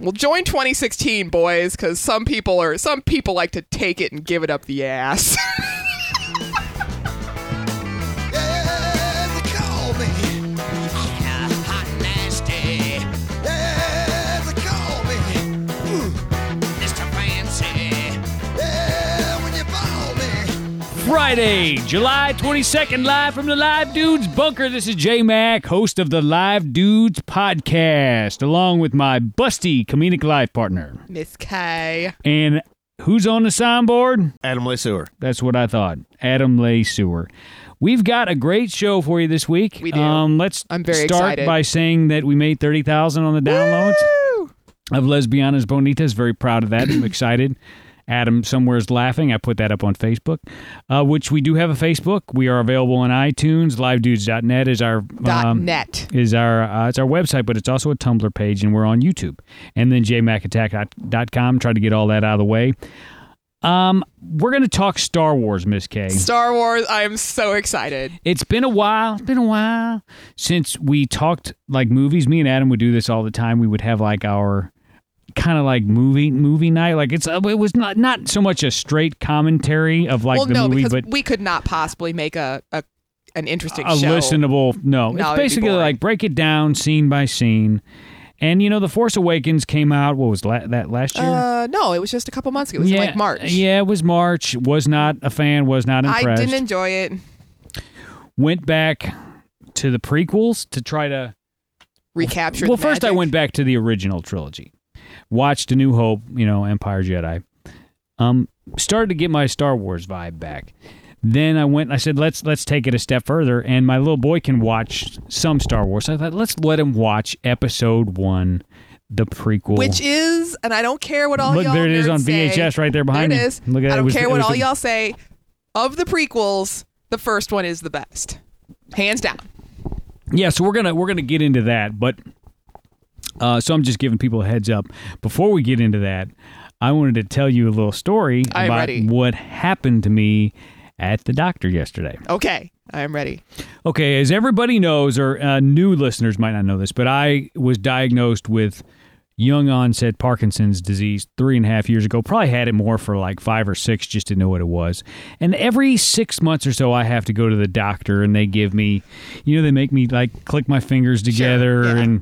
Well, join 2016, boys, because some people are some people like to take it and give it up the ass. Yeah, they call me. Yeah, hot nasty. Yeah, they call me. Ooh. Mr. Fancy. Yeah, when you ball me. Friday, July 22nd, live from the Live Dudes Bunker. This is J Mac, host of the Live Dudes podcast, along with my busty comedic life partner. Miss K. And who's on the soundboard? Adam Lesueur. That's what I thought. Adam Lay Sewer. We've got a great show for you this week. We do. Um, let's I'm very start excited. by saying that we made 30,000 on the downloads Woo! of Lesbianas Bonitas. Very proud of that. I'm excited. Adam somewhere's laughing. I put that up on Facebook, uh, which we do have a Facebook. We are available on iTunes. LiveDudes.net is our Dot um, net. is our uh, it's our website, but it's also a Tumblr page, and we're on YouTube. And then jmacattack.com. Try to get all that out of the way. Um, we're going to talk Star Wars, Miss K. Star Wars. I am so excited. It's been a while. It's been a while since we talked like movies. Me and Adam would do this all the time. We would have like our kind of like movie movie night. Like it's uh, it was not not so much a straight commentary of like well, the no, movie, because but we could not possibly make a, a an interesting a show. listenable. No, No, it'd it's be basically boring. like break it down scene by scene. And you know, The Force Awakens came out. What was la- that last year? Uh, no, it was just a couple months ago. It was in like March. Yeah, it was March. Was not a fan. Was not I impressed. didn't enjoy it. Went back to the prequels to try to Recapture. Well, the first I magic. went back to the original trilogy, watched A New Hope, you know, Empire Jedi. Um, started to get my Star Wars vibe back. Then I went. I said, let's let's take it a step further. And my little boy can watch some Star Wars. So I thought, let's let him watch Episode One, the prequel. Which is, and I don't care what all Look, y'all there it is nerds on say. VHS right there behind there me. It is. Look at I it. It don't was- care it what was all the- y'all say. Of the prequels, the first one is the best, hands down. yeah so we're gonna we're gonna get into that but uh, so i'm just giving people a heads up before we get into that i wanted to tell you a little story I'm about ready. what happened to me at the doctor yesterday Okay, I am ready. okay as everybody knows or uh, new listeners might not know this but i was diagnosed with young onset parkinson's disease three and a half years ago probably had it more for like five or six just didn't know what it was and every six months or so i have to go to the doctor and they give me you know they make me like click my fingers together yeah. and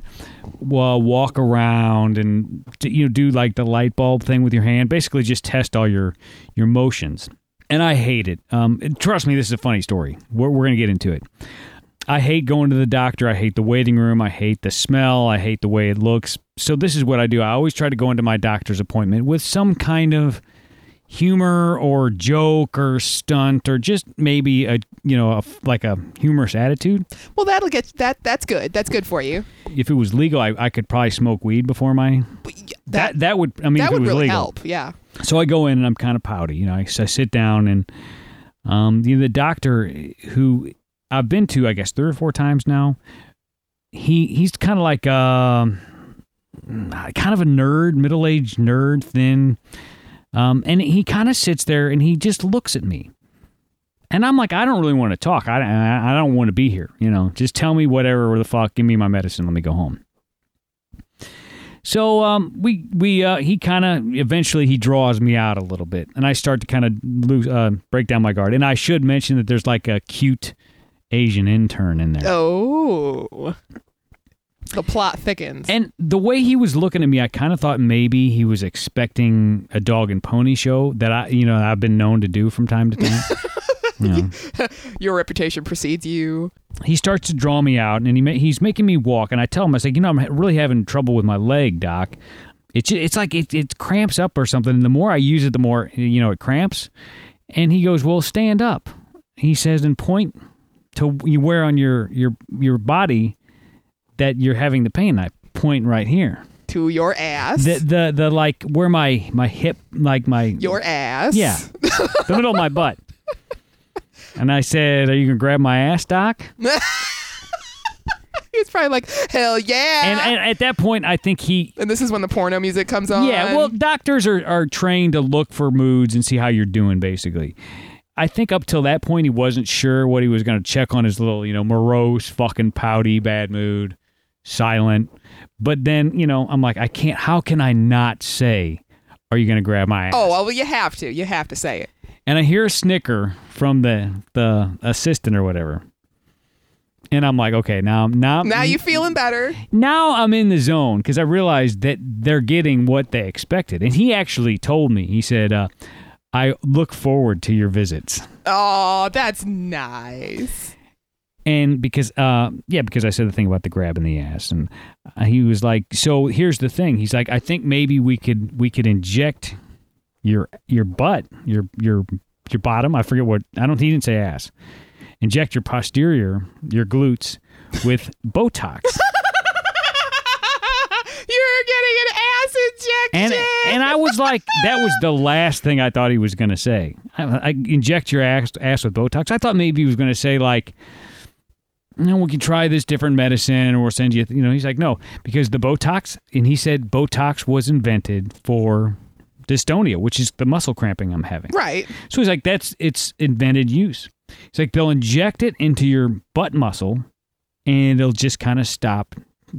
well, walk around and d- you know do like the light bulb thing with your hand. Basically, just test all your your motions. And I hate it. Um, and trust me, this is a funny story. We're, we're going to get into it. I hate going to the doctor. I hate the waiting room. I hate the smell. I hate the way it looks. So this is what I do. I always try to go into my doctor's appointment with some kind of humor or joke or stunt or just maybe a you know a f like a humorous attitude Well, that'll get that. That's good. That's good for you. if it was legal, I, I could probably smoke weed before my But y- that That that, would I mean that if it would was really legal. help. Yeah. So I go in and I'm kind of pouty, you know. I, so I sit down and um, you know, the doctor who I've been to, I guess three or four times now. He he's kind of like um, kind of a nerd, middle aged nerd, thin, um, and he kind of sits there and he just looks at me. And I'm like, I don't really want to talk. I, I, I don't want to be here. You know, just tell me whatever the fuck. Give me my medicine. Let me go home. So um, we we uh, he kind of eventually he draws me out a little bit, and I start to kind of lose uh, break down my guard. And I should mention that there's like a cute Asian intern in there. Oh. The plot thickens. And the way he was looking at me, I kind of thought maybe he was expecting a dog and pony show that I, you know, I've been known to do from time to time. You know. Your reputation precedes you. He starts to draw me out, and he ma- he's making me walk. And I tell him, I say, you know, I'm ha- really having trouble with my leg, doc. It's ju- it's like it it cramps up or something. And the more I use it, the more you know it cramps. And he goes, well, stand up. He says, and point to you where on your your your body that you're having the pain. I point right here. To your ass. the the the like where my my hip like my your ass. yeah the middle of my butt and i said are you gonna grab my ass doc He's probably like, hell yeah. and, and at that point i think he And this is when the porno music comes on. yeah well doctors are, are trained to look for moods and see how you're doing basically i think up till that point he wasn't sure what he was gonna check on his little you know morose fucking pouty bad mood silent. But then, you know, I'm like, I can't. How can I not say, "Are you going to grab my?" Ass? Oh, well, you have to. You have to say it. and I hear a snicker from the the assistant or whatever, and I'm like, okay, now I'm now Now you feeling better. now I'm in the zone because I realized that they're getting what they expected. And he actually told me, he said, uh, I look forward to your visits. Oh, that's nice. And because, uh, yeah, because I said the thing about the grab in the ass, and uh, he was like, "So here's the thing." He's like, "I think maybe we could we could inject your your butt, your your your bottom. I forget what I don't. He didn't say ass. Inject your posterior, your glutes, with Botox." You're getting an ass and injection. and I was like, that was the last thing I thought he was going to say. I, I inject your ass ass with Botox. I thought maybe he was going to say like, no, we can try this different medicine, or we'll send you. You know, he's like, no, because the Botox, and he said Botox was invented for dystonia, which is the muscle cramping I'm having. right. So he's like, that's its invented use. He's like, they'll inject it into your butt muscle, and it'll just kind of stop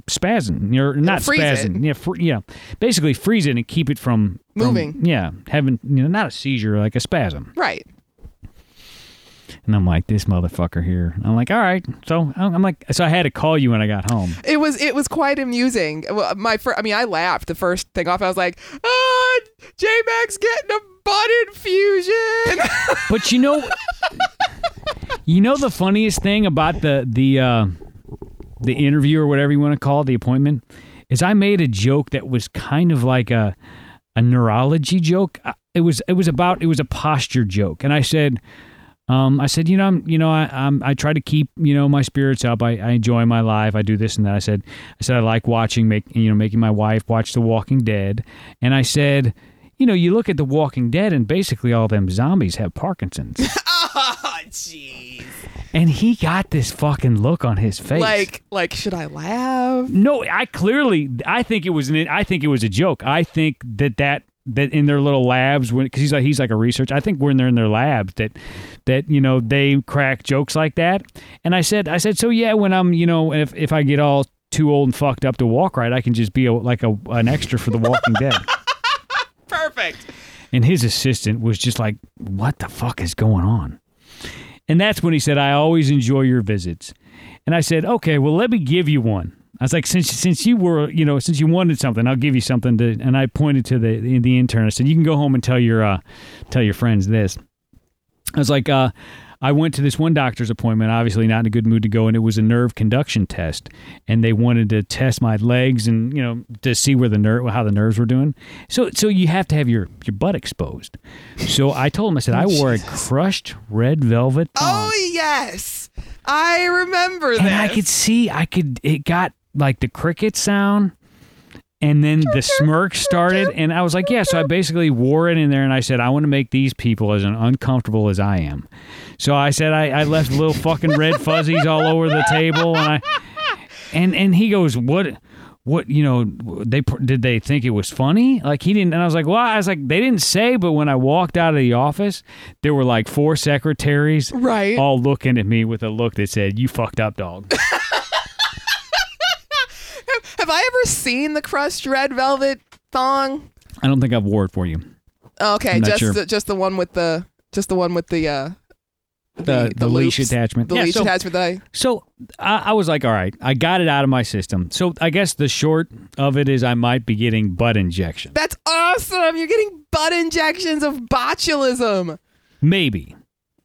spasming. You're not freeze it. spasming. Yeah, fr- yeah. Basically, freeze it and keep it from from- Moving. yeah, having you know, not a seizure, like a spasm. Right. And I'm like, this motherfucker here. I'm like, all right. So I'm I'm like, so I had to call you when I got home. It was it was quite amusing. Well, My fir- I mean, I laughed the first thing off. I was like, "Ah, J Mac's getting a butt infusion." But you know, you know the funniest thing about the the uh, the interview or whatever you want to call it, the appointment, is I made a joke that was kind of like a a neurology joke. I- It was it was about it was a posture joke, and I said. Um, I said, you know, I'm, you know, I, I'm, I try to keep, you know, my spirits up. I, I enjoy my life. I do this and that. I said, I said, I like watching, make, you know, making my wife watch The Walking Dead. And I said, you know, you look at The Walking Dead and basically all them zombies have Parkinson's. oh, jeez. And he got this fucking look on his face. Like like should I laugh? no, I clearly, I think it was an, I think it was a joke. I think that that that in their little labs when because he's like he's like a research. I think when they're in their labs that that you know they crack jokes like that. And I said, I said, so yeah, when I'm you know if if I get all too old and fucked up to walk right, I can just be a, like a an extra for The Walking Dead. Perfect. And his assistant was just like, What the fuck is going on? And that's when he said, I always enjoy your visits. And I said, Okay, well, let me give you one. I was like, since since you were, you know, since you wanted something, I'll give you something to. And I pointed to the the intern. I said, you can go home and tell your uh, tell your friends this. I was like, uh, I went to this one doctor's appointment, obviously not in a good mood to go, and it was a nerve conduction test, and they wanted to test my legs and you know to see where the nerve, how the nerves were doing. So, so you have to have your your butt exposed. So I told him, I said, I wore a crushed red velvet. Oh, thong." yes. I remember that. and I could see, I could, it got like the cricket sound. And then the smirk started, and I was like, "Yeah." So I basically wore it in there, and I said, "I want to make these people as uncomfortable as I am." So I said, "I, I left little fucking red fuzzies all over the table," and I, and and he goes, "What, what? You know, they pr- did they think it was funny? Like he didn't?" And I was like, "Well, I was like, they didn't say, but when I walked out of the office, there were like four secretaries, Right. all looking at me with a look that said, "You fucked up, dog." Have I ever seen the crushed red velvet thong? I don't think I've wore it for you. Okay, I'm not just sure. the, just the one with the just the one with the uh The The- the, the leash loops. attachment. the Yeah, leash so- attachment that I So I, I was like, all right, I got it out of my system. So I guess the short of it is I might be getting butt injection. That's awesome. You're getting butt injections of botulism. Maybe.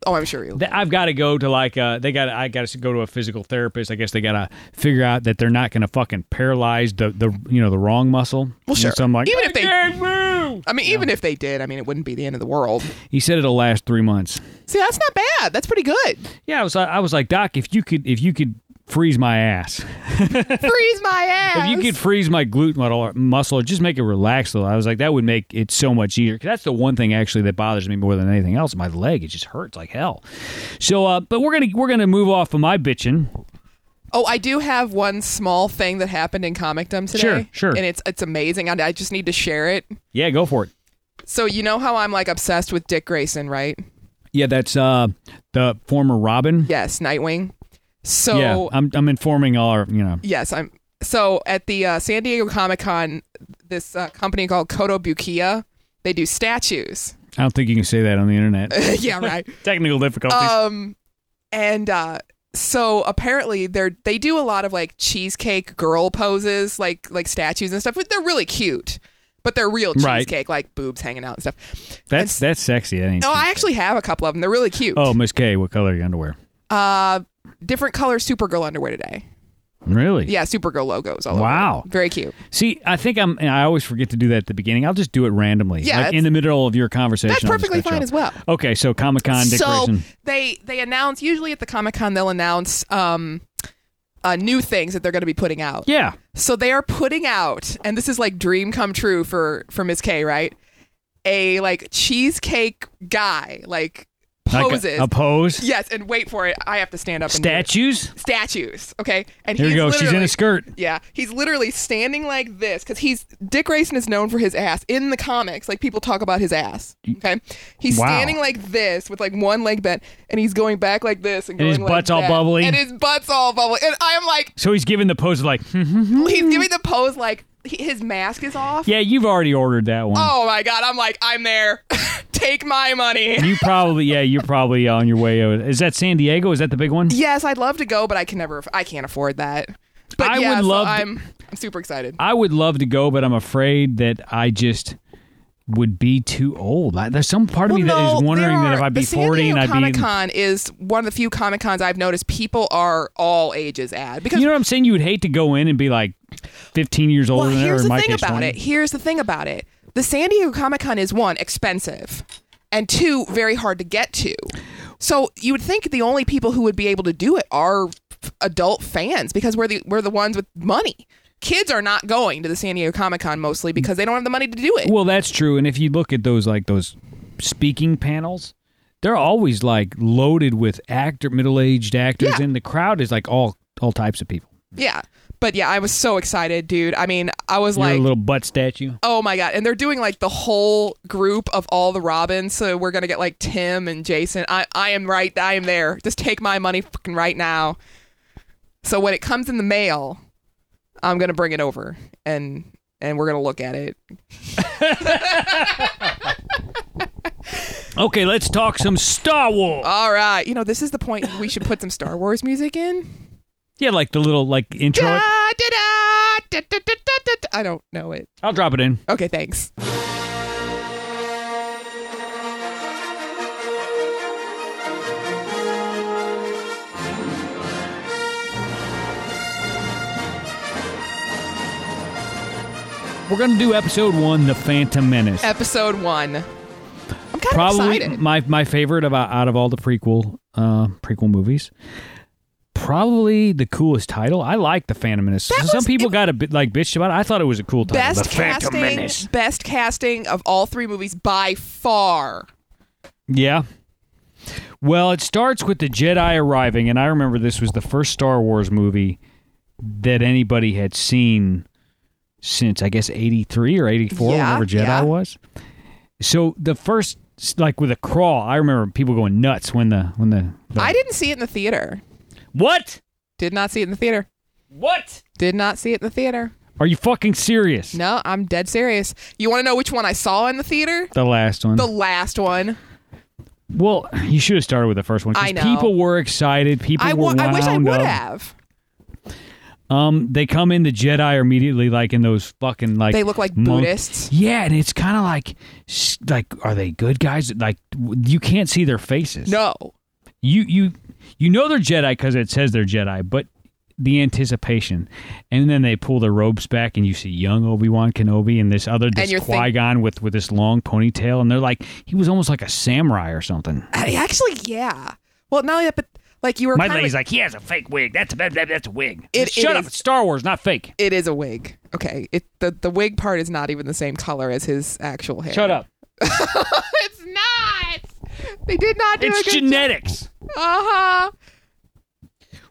Oh, I'm sure you'll. Th- I've got to go to like uh they got I got to go to a physical therapist. I guess they got to figure out that they're not going to fucking paralyze the the you know the wrong muscle. Well, You know, sure. so I'm like, Even if "I they- can't move." I mean, even if they did, I mean, it wouldn't be the end of the world. He said it'll last 3 months. See, that's not bad. That's pretty good. Yeah, I was I was like, "Doc, if you could if you could freeze my ass." Freeze my ass. If you could freeze my glute muscle or, muscle or just make it relax a little, I was like, that would make it so much easier. 'Cause that's the one thing actually that bothers me more than anything else. My leg, it just hurts like hell. So, uh, but we're gonna we're gonna move off of my bitching. Oh, I do have one small thing that happened in Comicdom today. Sure, sure. And it's it's amazing. and I just need to share it. Yeah, go for it. So you know how I'm like obsessed with Dick Grayson, right? Yeah, that's uh, the former Robin. Yes, Nightwing. So yeah, I'm I'm informing all our you know. yes, I'm. so at the uh, San Diego Comic Con, this uh, company called Kotobukiya, they do statues. I don't think you can say that on the internet. yeah, right. Technical difficulties. Um, and uh, so apparently they're they do a lot of like cheesecake girl poses, like like statues and stuff. But they're really cute, but they're real Right. cheesecake, like boobs hanging out and stuff. that's that's sexy. That ain't No, I actually have a couple of them. They're really cute. oh, Miss K, what color are your underwear? Uh, different color Supergirl underwear today. Really? Yeah, Supergirl logos all over. Wow. Very cute. See, I think I'm. and I always forget to do that at the beginning. I'll just do it randomly. Yeah, Like that's- in the middle of your conversation. That's I'll just perfectly cut you fine off. as well. Okay, so Comic Con So decoration. they they announce usually at the Comic Con they'll announce um uh, new things that they're going to be putting out. yeah. So they are putting out, and this is like dream come true for for Miss K, right? A like cheesecake guy like Like a- poses. a, pose. yes, and wait for it. I have to stand up. and do it. Statues. Statues. Okay, and Here he's we go. She's in literally- a skirt. Yeah, he's literally standing like this because he's Dick Grayson is known for his ass in the comics. Like people talk about his ass. Okay, he's Wow. standing like this with like one leg bent, and he's going back like this, and, And going his like butt's all that. bubbly. and his butt's all bubbly. And I'm like, So he's giving the pose like, "Mhm." he's giving the pose like he, his mask is off. yeah, you've already ordered that one. Oh my god, I'm like, I'm there. Take my money. You probably, yeah, you're probably on your way. out. Is that San Diego? Is that the big one? yes, I'd love to go, but I can never. I can't afford that. But I yeah, would so love to- I'm. I'm super excited. I would love to go, but I'm afraid that I just would be too old. I, there's some part of me that is wondering that if I'd be 40 and I'd Comic be. Con is one of the few Comic Cons I've noticed people are all ages at because You know what I'm saying? You would hate to go in and be like 15 years older well, than here's her. or in the my thing case, about 20. it. Here's the thing about it. The San Diego Comic Con is one expensive, and two very hard to get to. So you would think the only people who would be able to do it are f- adult fans because we're the we're the ones with money. Kids are not going to the San Diego Comic Con mostly because they don't have the money to do it. Well, that's true. And if you look at those like those speaking panels, they're always like loaded with actor, middle-aged actors, Yeah. and the crowd is like all all types of people. Yeah. But yeah, I was so excited, dude. I mean, I was You're like a little butt statue. Oh my god! And they're doing like the whole group of all the Robins, so we're gonna get like Tim and Jason. I I am right. I am there. Just take my money fucking right now. So when it comes in the mail, I'm gonna bring it over and and we're gonna look at it. Okay, let's talk some Star Wars. All right. You know this is the point we should put some Star Wars music in. yeah, like the little like intro. Da, da, da, da, da, da, da, da. I don't know it. I'll drop it in. Okay, thanks. We're gonna do episode one, The Phantom Menace. Episode one. I'm kind of Probably excited. my my favorite about out of all the prequel uh, prequel movies. Probably the coolest title. I like the Phantom Menace. That Some was- people it- got a bit like bitched about it. I thought it was a cool title. best the Phantom Menace. casting best casting of all three movies by far Yeah. Well, it starts with the Jedi arriving, and I remember this was the first Star Wars movie that anybody had seen since I guess eighty three or eighty four, Yeah, whenever Jedi yeah. was. So the first, like with a crawl, I remember people going nuts when the when the, the i didn't see it in the theater what did not see it in the theater what did not see it in the theater are you fucking serious? no i'm dead serious you want to know which one i saw in the theater The last one. the last one well, you should have started with the first one. 'cause I know. People were excited. People I were wa- I wish i wound would up. have Um, they come in. The Jedi are immediately like in those fucking like They look like monk- Buddhists. Yeah, and it's kind of like s- like are they good guys? Like w- you can't see their faces. no you you you know they're Jedi because it says they're Jedi, but the anticipation, and then they pull their robes back, and you see young Obi Wan Kenobi and this other this you're think- Qui Gon with with this long ponytail, and they're like he was almost like a samurai or something. I, actually yeah well not only that but like you were My kind of lady's like, he has a fake wig. That's a that- that- that's a wig. It- Shut it up! is- It's Star Wars, not fake. it is a wig okay it the, the wig part is not even the same color as his actual hair Shut up! it's not they did not do a It's good genetics. job. uh-huh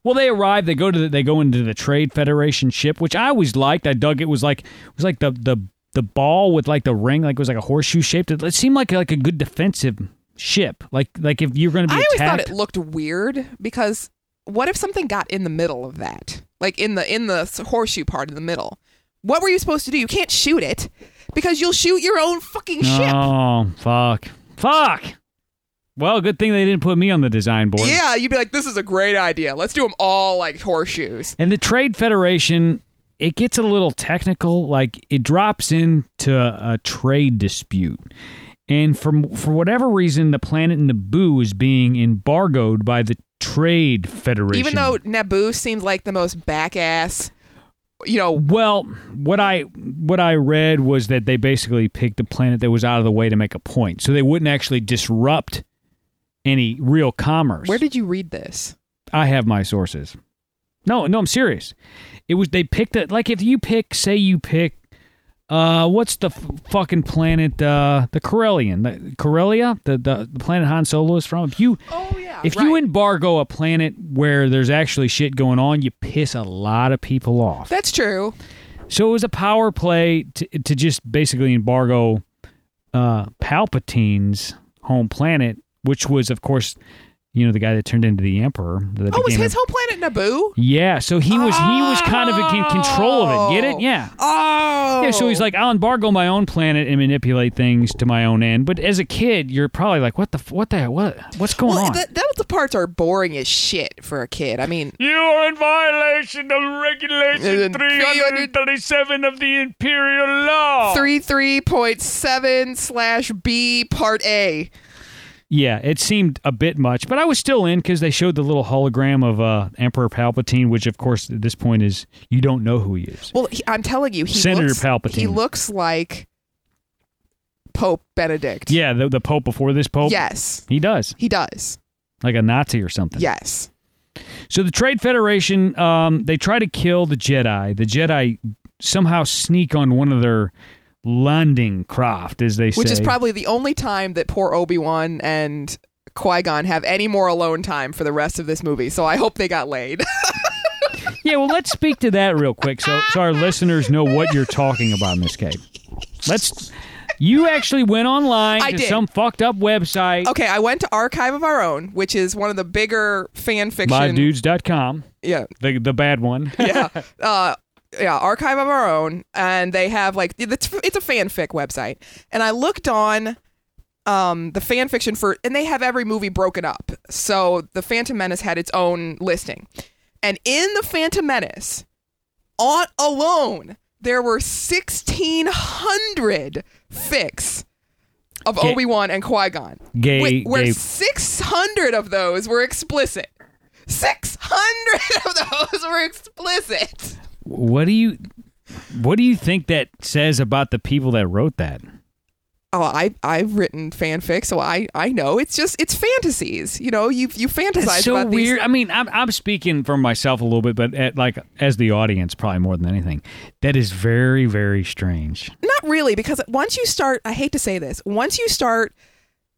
Well, they arrive. They go to the, they go into the Trade Federation ship, which I always liked. I dug it was like it was like the the the ball with like the ring, like it was like a horseshoe shaped. It, it seemed like like a good defensive ship. Like like if you're going to I be always thought attacked, it looked weird because what if something got in the middle of that? Like in the in the s- horseshoe part in the middle. What were you supposed to do? You can't shoot it because you'll shoot your own fucking ship. Oh, fuck. Fuck. Well, good thing they didn't put me on the design board. Yeah, you'd be like, this is a great idea. Let's do them all like horseshoes. And the Trade Federation, it gets a little technical. Like it drops into a trade dispute. And from for whatever reason, the planet Naboo is being embargoed by the Trade Federation. Even though Naboo seems like the most back ass, you know, Well, what I what I read was that they basically picked a planet that was out of the way to make a point, so they wouldn't actually disrupt any real commerce. where did you read this? I have my sources? No, no, I'm serious. It was they picked it like if you pick, say you pick, uh, what's the f- fucking planet? Uh, the Corellian, the Corellia, the, the the planet Han Solo is from. If you Oh yeah. if you embargo a planet where there's actually shit going on, you piss a lot of people off. That's true. So it was a power play to, to just basically embargo uh, Palpatine's home planet, which was, of course, you know, the guy that turned into the Emperor. that Oh, was became his a- whole planet Naboo? Yeah, so he was he was kind of in control of it. Get it? Yeah. Oh. Yeah, so he's like, I'll embargo my own planet and manipulate things to my own end. But as a kid, you're probably like, what the, f- what the, what, what's going well, on? that, that the parts are boring as shit for a kid. I mean, You are in violation of Regulation Uh, 337 of the Imperial Law. three three point seven slash B part A. Yeah, it seemed a bit much, but I was still in because they showed the little hologram of uh, Emperor Palpatine, which, of course, at this point is you don't know who he is. Well, he, I'm telling you, he Senator looks, Palpatine. He looks like Pope Benedict. Yeah, the, the Pope before this Pope. Yes, He does, he does. like a Nazi or something. Yes. So the Trade Federation, um, they try to kill the Jedi. The Jedi somehow sneak on one of their landing craft, as they say. Which is probably the only time that poor Obi Wan and Qui Gon have any more alone time for the rest of this movie. So I hope they got laid. Yeah, well, let's speak to that real quick, so so our listeners know what you're talking about, Miss K. Let's. You actually went online I to did. some fucked up website, okay, I went to Archive of Our Own, which is one of the bigger fan fiction. livedudes.com, Yeah. the the bad one. yeah. Uh, yeah, archive of our own, and they have like it's it's a fanfic website, and I looked on um the fan fiction for, and they have every movie broken up. So the Phantom Menace had its own listing, and in the Phantom Menace, on alone, there were sixteen hundred fics of Gay- Obi Wan and Qui Gon, Gay- where gay- six hundred of those were explicit. 600 of those were explicit. What do you what do you think that says about the people that wrote that? Oh, I I've written fanfic, so I I know it's just it's fantasies. You know, you you fantasize That's so about these. weird. I mean, I'm I'm speaking for myself a little bit, but at, like as the audience, probably more than anything, that is very very strange. Not really, because once you start, I hate to say this, once you start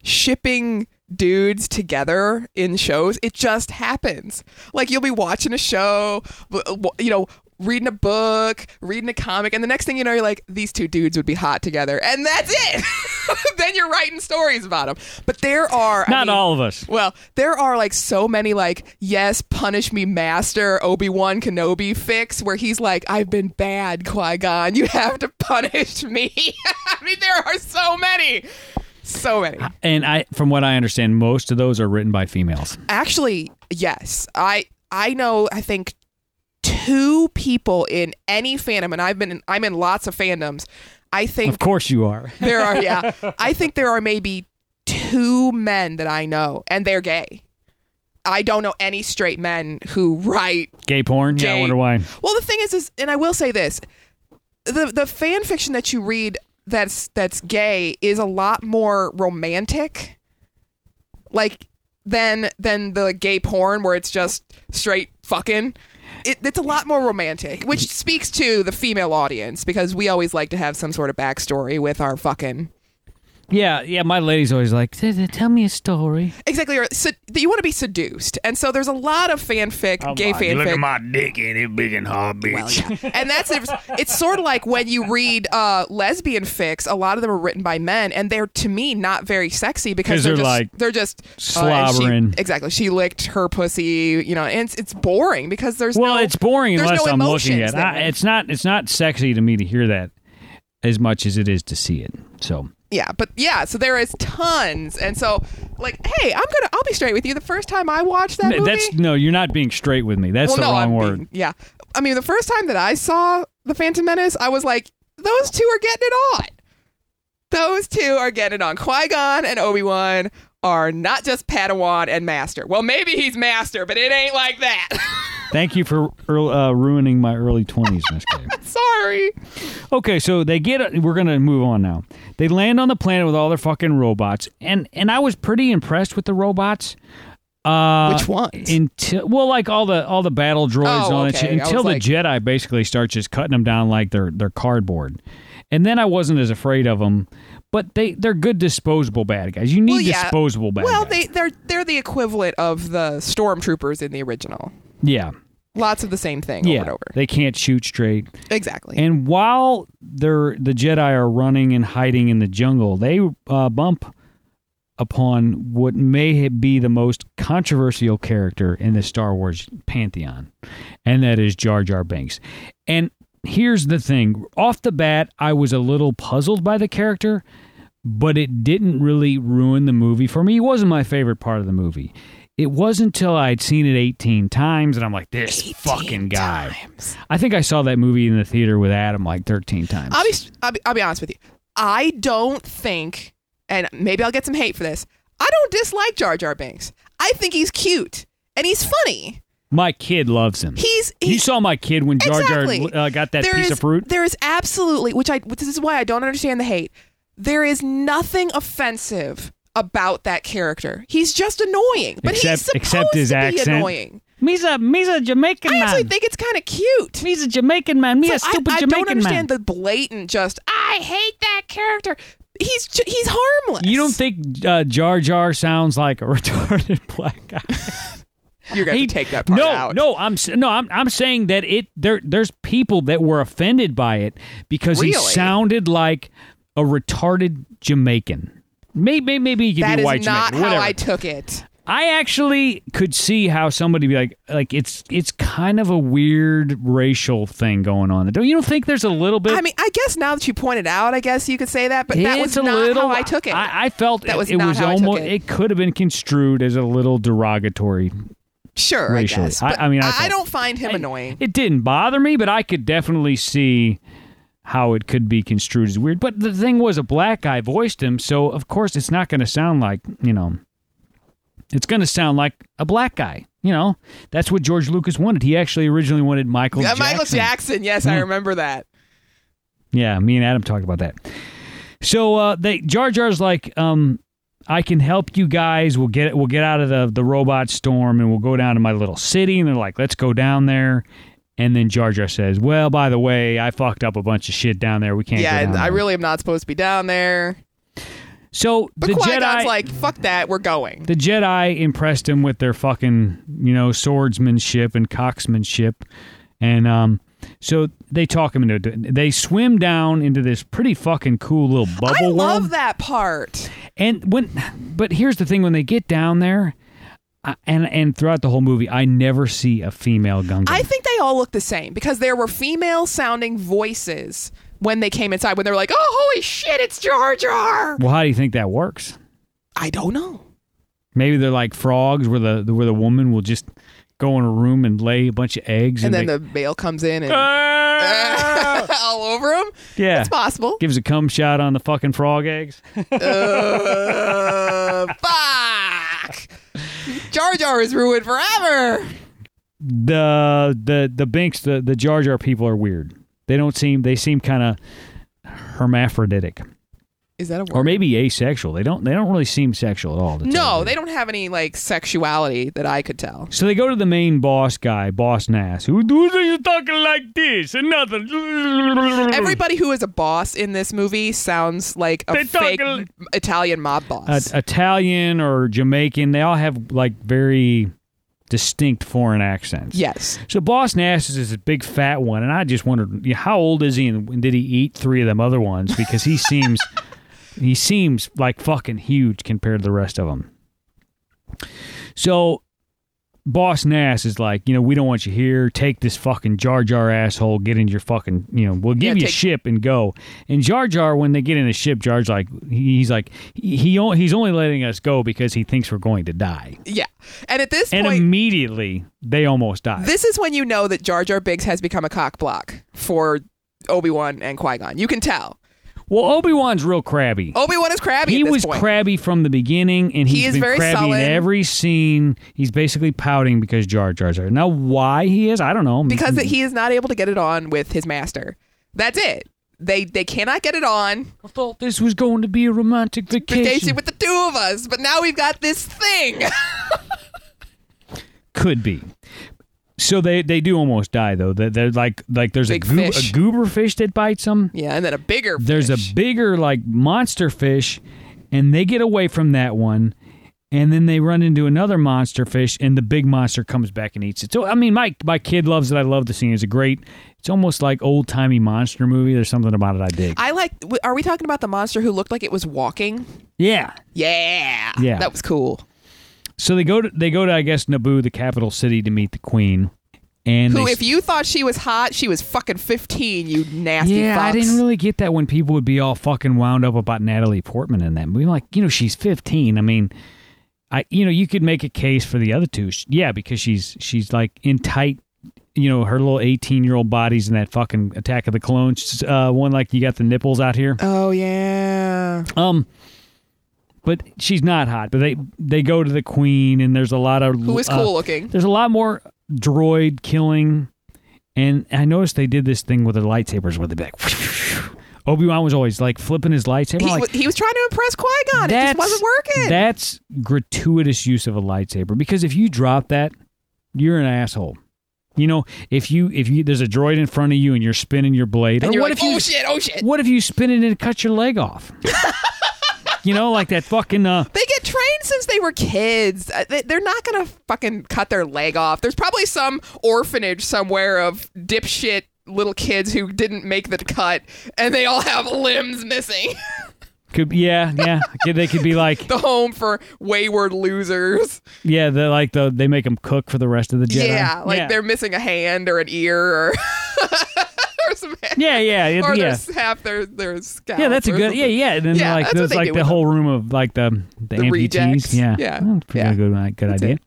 shipping dudes together in shows, it just happens. Like you'll be watching a show, w- w- you know. Reading a book, reading a comic, and the next thing you know, you're like, these two dudes would be hot together, and that's it. then you're writing stories about them. But there are I Not mean- all of us. Well, there are like so many like yes, punish me, master Obi Wan Kenobi fix where he's like, I've been bad, Qui Gon. You have to punish me. I mean, there are so many, so many. And I, from what I understand, most of those are written by females. Actually, yes, I I know. I think two people in any fandom, and I've been in, I'm in lots of fandoms. I think Of course you are. there are yeah i think there are maybe two men that i know and they're gay i don't know any straight men who write Gay porn. Yeah, I Gay. wonder why. well the thing is is and i will say this the the fan fiction that you read that's that's gay is a lot more romantic like than than the gay porn where it's just straight fucking it, it's a lot more romantic which speaks to the female audience because we always like to have some sort of backstory with our fucking Yeah, yeah. My lady's always like, "T- t- "Tell me a story." Exactly. Or sed- that you want to be seduced. And so there's a lot of fanfic, gay fanfic. my dick and it big and hard, bitch. and that's it. It's sort of like when you read uh, lesbian fics. A lot of them are written by men, and they're to me not very sexy because 'Cause they're, they're, just, like, they're just uh, and she- slobbering. exactly. She licked her pussy, you know, and it's, it's boring because there's Well, no- it's boring there's unless no I'm looking emotions at. it. I, there. it's not. It's not sexy to me to hear that as much as it is to see it. So yeah, but yeah. So there is tons, and so like, hey, I'm gonna I'll be straight with you. The first time I watched that movie, that's no. You're not being straight with me. That's well, the no, wrong I'm word. being- yeah, I mean, the first time that I saw the Phantom Menace, I was like, those two are getting it on. Those two are getting it on. Qui Gon and Obi Wan are not just Padawan and Master. Well, maybe he's Master, but it ain't like that. Thank you for earl- uh, ruining my early twenties, Miss Gay. Sorry. Okay, so they get. We're gonna move on now. They land on the planet with all their fucking robots, and and I was pretty impressed with the robots. Uh, Which ones? Until well, like all the all the battle droids Oh, and all that okay. shit. I Until the was Jedi basically starts just cutting them down like they're they're cardboard, and then I wasn't as afraid of them. But they they're good disposable bad guys. You need Well, yeah. disposable bad Well, guys. they they're they're the equivalent of the stormtroopers in the original. yeah Lots of the same thing over yeah and over. they can't shoot straight. Exactly. And while they're the Jedi are running and hiding in the jungle, they uh, bump upon what may be the most controversial character in the Star Wars pantheon, and that is Jar Jar Banks. And here's the thing: off the bat, I was a little puzzled by the character, but it didn't really ruin the movie for me. It wasn't my favorite part of the movie. It wasn't until I'd seen it 18 times and I'm like, this fucking guy. I think I saw that movie in the theater with Adam like 13 times. I'll be, I'll be I'll be honest with you. I don't think, and maybe I'll get some hate for this. I don't dislike Jar Jar Binks. I think he's cute and he's funny. my kid loves him. He's, he's you saw my kid when Jar Jar Exactly. uh, got that there piece is- of fruit. There is absolutely, which I this is why I don't understand the hate. There is nothing offensive about that character. He's just annoying, but he's Except- supposed except his to be accent. annoying. Me's a, me's a Jamaican I actually man. think it's kind of cute. Me's a Jamaican man. Me's a So I- stupid I, Jamaican don't understand the man. blatant just. I hate that character. He's ju- he's harmless. you don't think uh, Jar Jar sounds like a retarded black guy? You're going He- to take that part no, out. No, I'm s- no, I'm I'm saying that it there there's people that were offended by it because he Really? sounded like a retarded Jamaican. Maybe maybe he could that be is white not Jamaican. Whatever. how I took it. I actually could see how somebody be like like it's it's kind of a weird racial thing going on. Don't you don't think there's a little bit I mean, I guess now that you pointed out, I guess you could say that, but that it's was a not little, how I took it. I, I felt That it- was it not was how I took almost it. could have been construed as a little derogatory sure, racially. I guess. I- But I mean, I felt- don't find him I- annoying. It didn't bother me, but I could definitely see how it could be construed as weird. But the thing was, a black guy voiced him, so of course it's not going to sound like you know. It's going to sound like a black guy. You know, that's what George Lucas wanted. He actually originally wanted Michael. Yeah, Jackson. Michael Jackson, yes, I Hmm. remember that. Yeah, me and Adam talked about that. So uh, they Jar Jar's like, um, I can help you guys. We'll get we'll get out of the the robot storm and we'll go down to my little city. And they're like, let's go down there. And then Jar Jar says, "Well, by the way, I fucked up a bunch of shit down there. We can't." yeah, go down and I there." really am not supposed to be down there. So But the Qui-Gon's Jedi, like, fuck that, we're going. the Jedi impressed him with their fucking you know swordsmanship and cocksmanship, and um, so they talk him into. it. They swim down into this pretty fucking cool little bubble I world. love that part. And when, but here's the thing: when they get down there, I, and and throughout the whole movie, I never see a female Gungan. I think they all look the same because there were female sounding voices when they came inside when they were like, oh, holy shit, it's Jar Jar. well, how do you think that works? I don't know. Maybe they're like frogs, where the where the woman will just go in a room and lay a bunch of eggs, and and, then they- the male comes in and Ah! all over him. yeah, It's possible. gives a cum shot on the fucking frog eggs. Uh, fuck. Jar Jar is ruined forever. The the the Binks, the the Jar Jar people are weird. They don't seem they seem kind of hermaphroditic. Is that a word? or maybe asexual. They don't they don't really seem sexual at all. to tell no, you. they don't have any like sexuality that I could tell. So they go to the main boss guy, Boss Nass. Who, who are you talking like this? And nothing. Hmm. Everybody who is a boss in this movie sounds like a They talk fake a li- Italian mob Uh, boss. Italian or Jamaican, they all have like very distinct foreign accents. yes. So Boss Nass is this big fat one, and I just wondered you know, how old is he, and did he eat three of them other ones? Because he seems he seems like fucking huge compared to the rest of them. So Boss Nass is like, you know, we don't want you here. Take this fucking Jar Jar asshole. Get into your fucking, you know, we'll give Yeah, you a take- ship and go. And Jar Jar, when they get in a ship, Jar's like, he's like, he, he o- he's only letting us go because he thinks we're going to die. Yeah. And at this And point, immediately they almost die. this is when you know that Jar Jar Biggs has become a cock block for Obi Wan and Qui Gon. You can tell. Well, Obi Wan's real crabby. Obi Wan is Oh, crabby. he at this was point. crabby from the beginning, and He he's is been very crabby sullen. in every scene. He's basically pouting because Jar Jar's there. Now, why he is, I don't know. because that he is not able to get it on with his master. That's it. They they cannot get it on I thought this was going to be a romantic vacation. vacation with the two of us, but now we've got this thing. Could be. So they, they do almost die though. They're, they're like like there's a, Big goo- fish. a goober fish that bites them. yeah, and then a bigger. There's fish. a bigger like monster fish, and they get away from that one, and then they run into another monster fish, and the big monster comes back and eats it. So I mean, my my kid loves it. I love the scene. It's a great. It's almost like old timey monster movie. There's something about it I dig. I like. w- Are we talking about the monster who looked like it was walking? yeah. Yeah, Yeah. that was cool. So they go to they go to I guess Naboo, the capital city, to meet the queen. And Who, they- if you thought she was hot, she was fucking fifteen. You nasty. yeah, I fox. didn't really get that when people would be all fucking wound up about Natalie Portman in that movie. Like, you know, she's 15. I mean, I you know, you could make a case for the other two. Sh- Yeah, because she's she's like in tight, you know, her little 18-year-old body's in that fucking Attack of the Clones uh, one like you got the nipples out here. Oh yeah. Um but she's not hot, but they they go to the queen and there's a lot of Who is uh, cool looking? there's a lot more droid killing, and I noticed they did this thing with their lightsabers where they be like, Obi Wan was always like flipping his lightsaber. He, like, wa- he was trying to impress Qui Gon. It just that's- wasn't working. That's gratuitous use of a lightsaber because if you drop that, you're an asshole. You know, if you if you there's a droid in front of you and you're spinning your blade, and or you're what like, if you oh shit, oh shit. what if you spin it and cut your leg off? you know, like that fucking uh, They get trained since they were kids. Uh, they- They're not going to fucking cut their leg off. There's probably some orphanage somewhere of dipshit little kids who didn't make the cut and they all have limbs missing. could yeah yeah they could be like the home for wayward losers. yeah they like the they make them cook for the rest of the Jedi Yeah, like yeah. they're missing a hand or an ear or or some Yeah, yeah, it- or yeah. there's half their their scalp. Yeah, that's a or good. something. Yeah, yeah. And then Yeah, like that's what there's they like do the with whole room of like the the, amputees. rejects. Yeah, Yeah. Oh, pretty Yeah. good one. Good idea.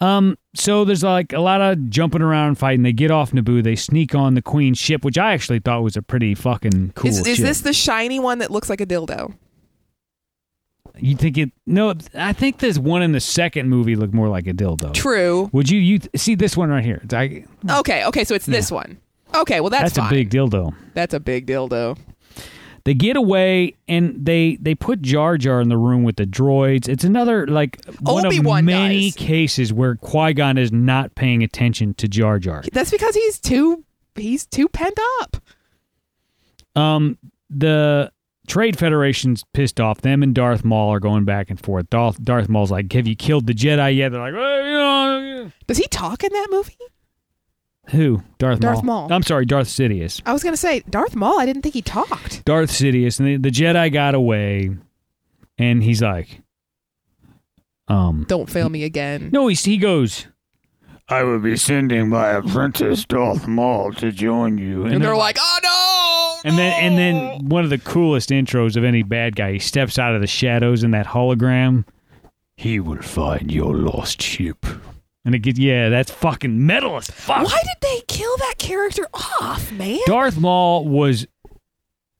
Um, so there's like a lot of jumping around, fighting. They get off Naboo. They sneak on the Queen's ship, which I actually thought was a pretty fucking cool. Is, is ship. this the shiny one that looks like a dildo? You think it? No, I think this one in the second movie looked more like a dildo. True. Would you you see this one right here? It's- I, Okay, okay, so it's this one. Okay, well that's, Mm. that's a fine. big dildo. That's a big dildo. They get away and they they put Jar Jar in the room with the droids. It's another like one Obi-Wan of many dies. cases where Qui Gon is not paying attention to Jar Jar. That's because he's too he's too pent up. Um, the Trade Federation's pissed off. Them and Darth Maul are going back and forth. Darth Darth Maul's like, "Have you killed the Jedi yet?" They're like, "Well, you know, Does he talk in that movie? "Who?" Darth Darth Maul. Maul. I'm sorry, Darth Sidious. I was gonna say Darth Maul. I didn't think he talked. Darth Sidious, and the, the Jedi got away, and he's like, "Um, Don't fail me again. no." He he goes. I will be sending my apprentice Darth Maul to join you. and they're like, oh no. And then, and no!" then one of the coolest intros of any bad guy. He steps out of the shadows in that hologram, he will find your lost ship. and it gets yeah, that's fucking metal as fuck. why did they kill that character off, man? Darth Maul was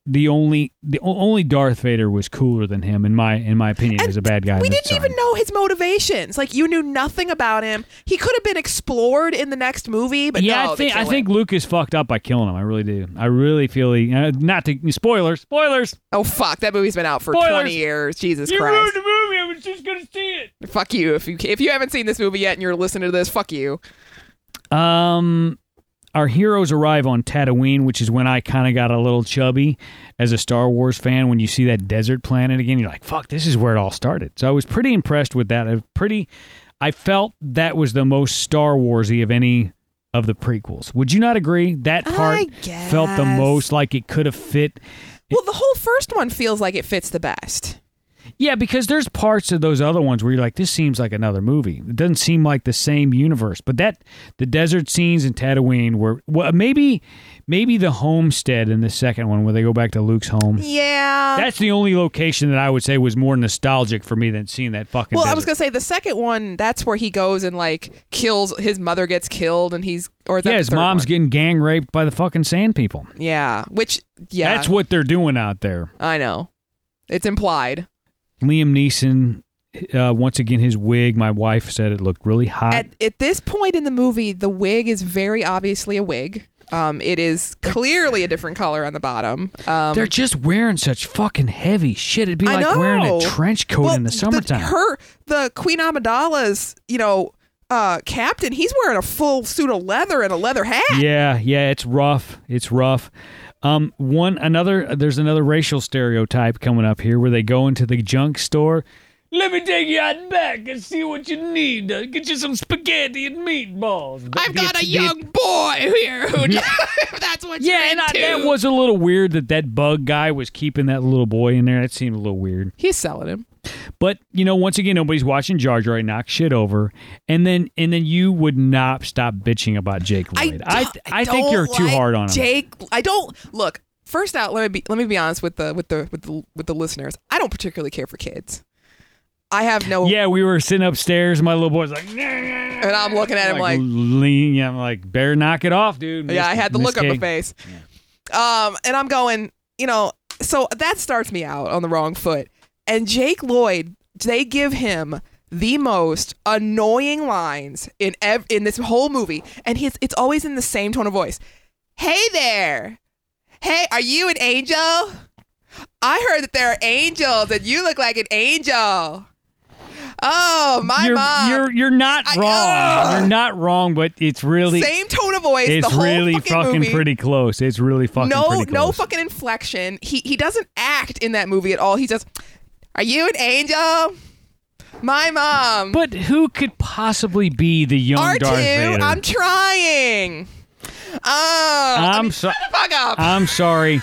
the only the o- only Darth Vader was cooler than him in my in my opinion as a bad guy. in We the didn't design. even know his motivations. Like you knew nothing about him. He could have been explored in the next movie, but yeah, no, they I think I kill think him. Luke is fucked up by killing him. I really do. I really feel he uh, not to spoilers. Spoilers. Oh fuck, that movie's been out for Spoilers. twenty years. Jesus You Christ. ruined the movie. I was just gonna see it. Fuck you if you if you haven't seen this movie yet and you're listening to this. Fuck you. Um, our heroes arrive on Tatooine, which is when I kind of got a little chubby as a Star Wars fan. When you see that desert planet again, you're like, "Fuck, this is where it all started." So I was pretty impressed with that. I was pretty, I felt that was the most Star Warsy of any of the prequels. Would you not agree? That part felt the guess. most like it could have fit. Well, the whole first one feels like it fits the best. Yeah, because there's parts of those other ones where you're like, this seems like another movie. It doesn't seem like the same universe. But that the desert scenes in Tatooine were well, maybe maybe the homestead in the second one where they go back to Luke's home. Yeah. That's the only location that I would say was more nostalgic for me than seeing that fucking. well, I was desert. gonna say the second one. That's where he goes and like kills his mother gets killed, and he's or is that yeah, the his third mom's one? getting gang raped by the fucking sand people. yeah, which yeah, That's what they're doing out there. I know. It's implied. Liam Neeson, uh, once again, his wig. My wife said it looked really hot. At, at this point in the movie, the wig is very obviously a wig. Um, it is clearly a different color on the bottom. Um, They're just wearing such fucking heavy shit. It'd be I like know. wearing a trench coat Well, in the summertime. her, the Queen Amidala's, you know, uh, captain. He's wearing a full suit of leather and a leather hat. yeah, yeah, it's rough. It's rough. Um, one another. There's another racial stereotype coming up here where they go into the junk store. Let me take you out back and see what you need. Uh, Get you some spaghetti and meatballs. I've got a The- the- young boy here. Who, if that's what Yeah, you're and I, into. that was a little weird that that bug guy was keeping that little boy in there. That seemed a little weird. He's selling him. But you know, once again, nobody's watching Jar Jar and knock shit over, and then and then you would not stop bitching about Jake Lloyd. I don't- I, think don't you're too like hard on him. Jake. I don't look. First out, let me be, let me be honest with the with the with the with the listeners. I don't particularly care for kids. I have no. Yeah, we were sitting upstairs. My little boy's like, and And I'm looking at him like, lean. I'm like, better knock it off, dude. Miss- yeah, I had the Miss look on my K. face. Um, and I'm going, you know, so that starts me out on the wrong foot. And Jake Lloyd, they give him the most annoying lines in ev- in this whole movie, and he's it's always in the same tone of voice. Hey there, hey, are you an angel? I heard that there are angels, and you look like an angel. Oh, my You're, mom! you're you're not I- wrong. Ugh. you're not wrong, but it's really same tone of voice. it's the whole really fucking, fucking movie. pretty close. It's really fucking no pretty no close. fucking inflection. He he doesn't act in that movie at all. He just, "Are you an angel? My mom. But who could possibly be the young R two. Darth Vader? I'm trying. Oh, I I'm mean, so- shut the fuck up. I'm sorry.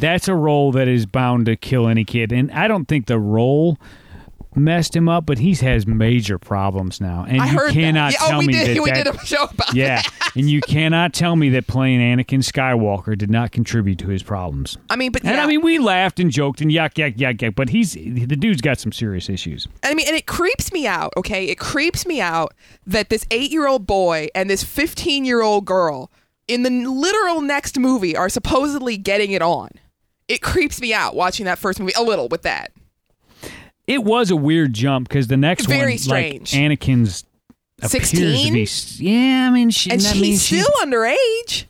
That's a role that is bound to kill any kid. And I don't think the role messed him up, but he has major problems now. And I you heard cannot that. Yeah, tell oh, we me did. that, we that did a show about Yeah. that. and you cannot tell me that playing Anakin Skywalker did not contribute to his problems. I mean, but yeah. And I mean, we laughed and joked and yuck, yuck, yuck, yuck. But he's the dude's got some serious issues. I mean, and it creeps me out, okay? It creeps me out that this eight year old boy and this 15 year old girl in the literal next movie are supposedly getting it on. It creeps me out watching that first movie a little with that. It was a weird jump because the next Very one, strange. like Anakin's, appears to 16? be. s- Yeah, I mean, she, And that she's means still underage.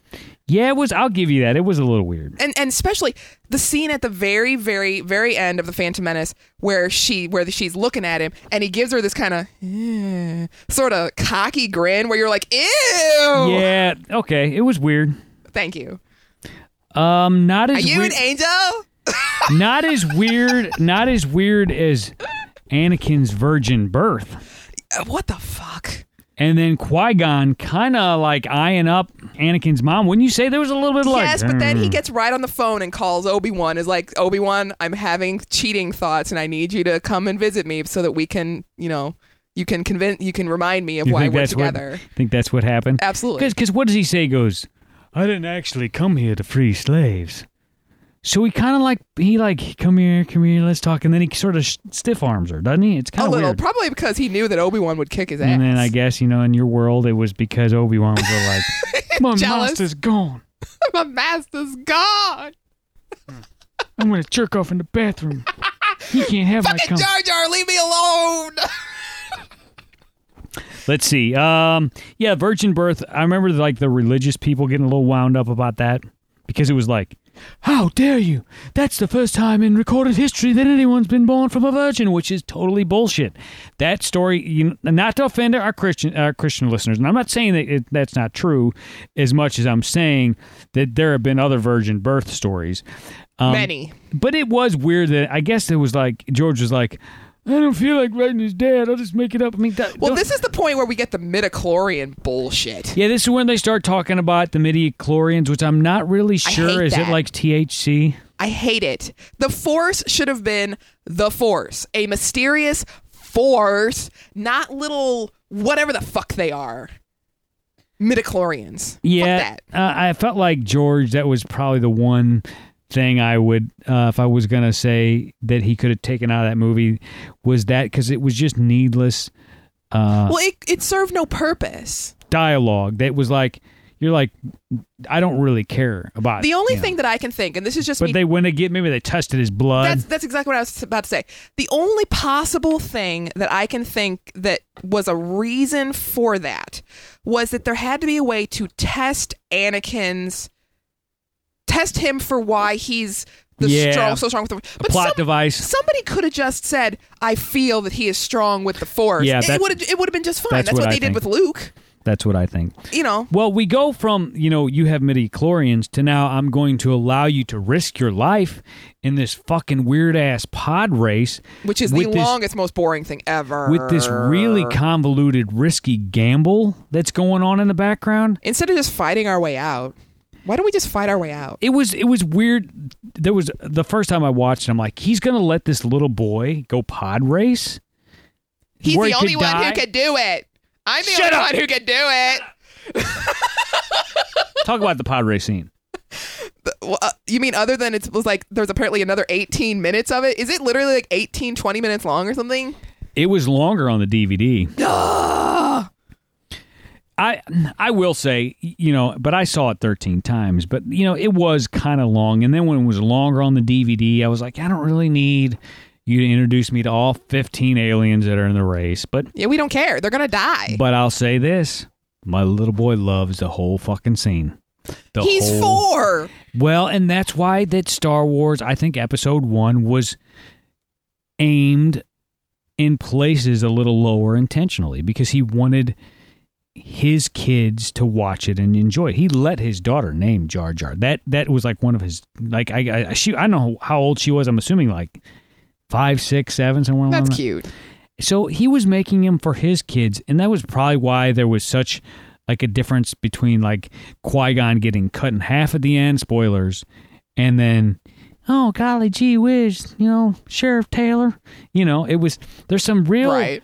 Yeah, it was. I'll give you that. It was a little weird. And, and especially the scene at the very, very, very end of The Phantom Menace where she where she's looking at him and he gives her this kind of sort of cocky grin where you're like, ew. Yeah. Okay. It was weird. Thank you. Um, not as Are you weird, an angel? not as weird, not as weird as Anakin's virgin birth, Uh, What the fuck? and then Qui Gon kind of like eyeing up Anakin's mom. Wouldn't you say there was a little bit of like? yes, but then he "Mm." gets right on the phone and calls Obi Wan. Is like, Obi Wan, I'm having cheating thoughts, and I need you to come and visit me so that we can, you know, you can convince, you can remind me of You why think we're that's what- together. think that's what happened? Absolutely. Because what does he say? He goes, I didn't actually come here to free slaves. So he kind of like he like come here, come here, let's talk, and then he sort of stiff arms her, doesn't he? It's kind A of little, weird. probably because he knew that Obi Wan would kick his ass. And then I guess you know, in your world, it was because Obi Wan was like, "My Jealous. master's gone." my master's gone. I'm gonna jerk off in the bathroom. He can't have my cum. Jar Jar, leave me alone. Let's see. Um, yeah, virgin birth. I remember like the religious people getting a little wound up about that because it was like, "How dare you? That's the first time in recorded history that anyone's been born from a virgin," which is totally bullshit. That story, you know, not to offend our Christian our Christian listeners, and I'm not saying that it, that's not true, as much as I'm saying that there have been other virgin birth stories. Um, Many. but it was weird that I guess it was like George was like, I don't feel like writing his dad. I'll just make it up. I mean, that, Well, don't- this is the point where we get the midichlorian bullshit. yeah, this is when they start talking about the midichlorians, which I'm not really sure. hate Is that. it like THC? I hate it. The force should have been the force, a mysterious force, not little whatever the fuck they are. Midichlorians. Yeah, Fuck that. Uh, I felt like George. That was probably the one thing I would, uh, if I was gonna say that he could have taken out of that movie, was that because it was just needless uh, well, it, it served no purpose. dialogue that was like, you're like, I don't really care about. The it, only you know? thing that I can think, and this is just me But they went to get maybe they tested his blood. That's that's exactly what I was about to say. The only possible thing that I can think that was a reason for that was that there had to be a way to test Anakin's test him for why he's the Yeah. strong so strong with the a plot some- device. Somebody could have just said, "I feel that he is strong with the Force." Yeah, It- that's- it would it would have been just fine. that's That's, what what, I they did think. with Luke. That's what I think. You know, Well, we go from, you know, you have midichlorians to now I'm going to allow you to risk your life in this fucking weird ass pod race which is the With this- longest, most boring thing ever. with this really convoluted risky gamble that's going on in the background. instead of just fighting our way out, why don't we just fight our way out? It was it was weird. There was the first time I watched it, I'm like, he's going to let this little boy go pod race? He's where the he only could one die? who could do it. I'm the Shut only up. one who could do it. Talk about the pod race scene. Well, uh, you mean other than it was like there's apparently another 18 minutes of it? Is it literally like 18, 20 minutes long or something? It was longer on the DVD. I I will say, you know, but I saw it 13 times, but you know, it was kind of long and then when it was longer on the DVD, I was like, I don't really need you to introduce me to all 15 aliens that are in the race, but Yeah, we don't care. They're gonna die. but I'll say this, my little boy loves the whole fucking scene. The He's whole- four. Well, and that's why that Star Wars, I think episode 1 was aimed in places a little lower intentionally because he wanted his kids to watch it and enjoy it. He let his daughter name Jar Jar. That that was like one of his like I, I she I don't know how old she was. I'm assuming like five, six, seven, somewhere. along That's that. cute. So he was making him for his kids, and that was probably why there was such like a difference between like Qui Gon getting cut in half at the end, spoilers, and then oh golly gee whiz, you know Sheriff Taylor, you know it was there's some real Right.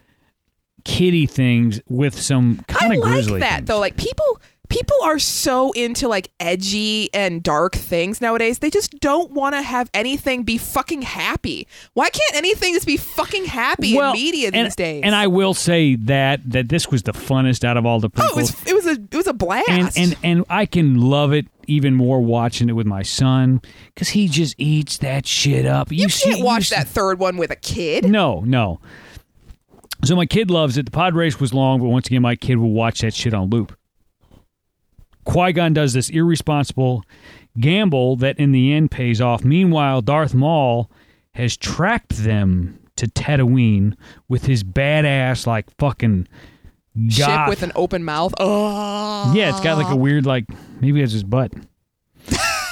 kitty things with some kind I of like grizzly. that things. though. Like people people are so into like edgy and dark things nowadays. They just don't want to have anything be fucking happy. Why can't anything just be fucking happy Well, in media and- these days? and I will say that that this was the funnest out of all the prequels. Oh, it was it was a it was a blast. and and and I can love it even more watching it with my son because he just eats that shit up. You, you, see, can't watch see- that third one with a kid. No, no. So my kid loves it. The pod race was long, but once again, my kid will watch that shit on loop. Qui Gon does this irresponsible gamble that in the end pays off. Meanwhile, Darth Maul has tracked them to Tatooine with his badass, like fucking Ship goth- with an open mouth. Oh, yeah, it's got like a weird like maybe it's his butt.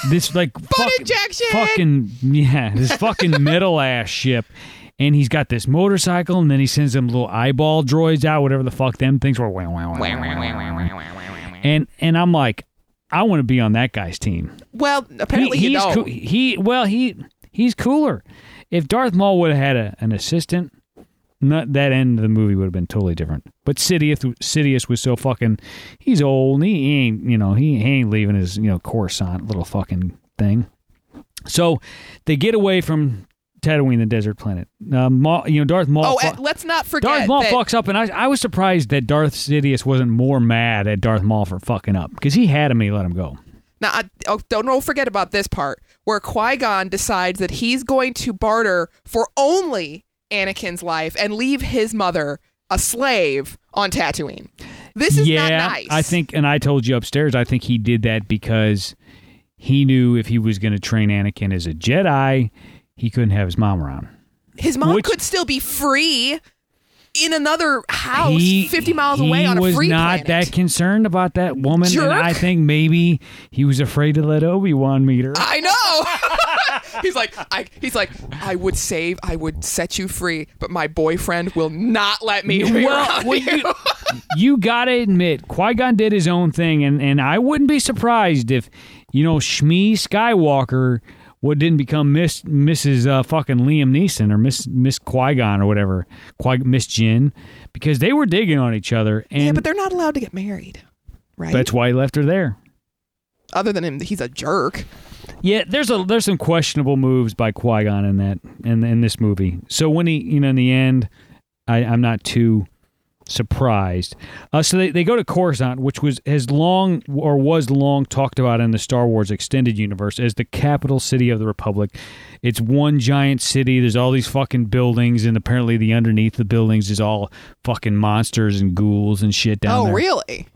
this like fuck, injection! Fucking yeah, this fucking metal ass ship. And he's got this motorcycle, and then he sends them little eyeball droids out, whatever the fuck them things were. Wah, wah, wah, wah, wah, wah, wah, wah. And and I'm like, I want to be on that guy's team. Well, apparently He- you he's don't. coo- he well he he's cooler. If Darth Maul would have had a, an assistant, not that end of the movie would have been totally different. But Sidious Sidious was so fucking he's old. and He ain't you know he ain't leaving his you know Coruscant little fucking thing. So they get away from Tatooine, the desert planet. Uh, Maul, you know Darth Maul. Oh, fu- and let's not Darth forget Maul that fucks up, and I, I was surprised that Darth Sidious wasn't more mad at Darth Maul for fucking up because he had him, he let him go. Now, I, oh, don't, don't forget about this part where Qui Gon decides that he's going to barter for only Anakin's life and leave his mother a slave on Tatooine. This is yeah, not nice. I think, and I told you upstairs, I think he did that because he knew if he was going to train Anakin as a Jedi, he couldn't have his mom around. his mom which- could still be free in another house he, 50 Oh, miles he away on a was free not planet. that concerned about that woman, Jerk. and I think maybe he was afraid to let Obi Wan meet her. I know. he's like, I, he's like, I would save, I would set you free, but my boyfriend will not let me be around well, you. you gotta admit, Qui Gon did his own thing, and and I wouldn't be surprised if you know Shmi Skywalker what didn't become Miss Mrs. Uh, fucking Liam Neeson or Miss Miss Qui Gon or whatever Qui Miss Jin because they were digging on each other, and yeah, but they're not allowed to get married, right? that's why he left her there. Other than him, he's a jerk. Yeah, there's a there's some questionable moves by Qui Gon in that in in this movie. So when he you know in the end, I, I'm not too surprised. Uh, so they, they go to Coruscant, which was has long or was long talked about in the Star Wars extended universe as the capital city of the Republic. It's one giant city. There's all these fucking buildings, and apparently the underneath the buildings is all fucking monsters and ghouls and shit down Oh, there. really?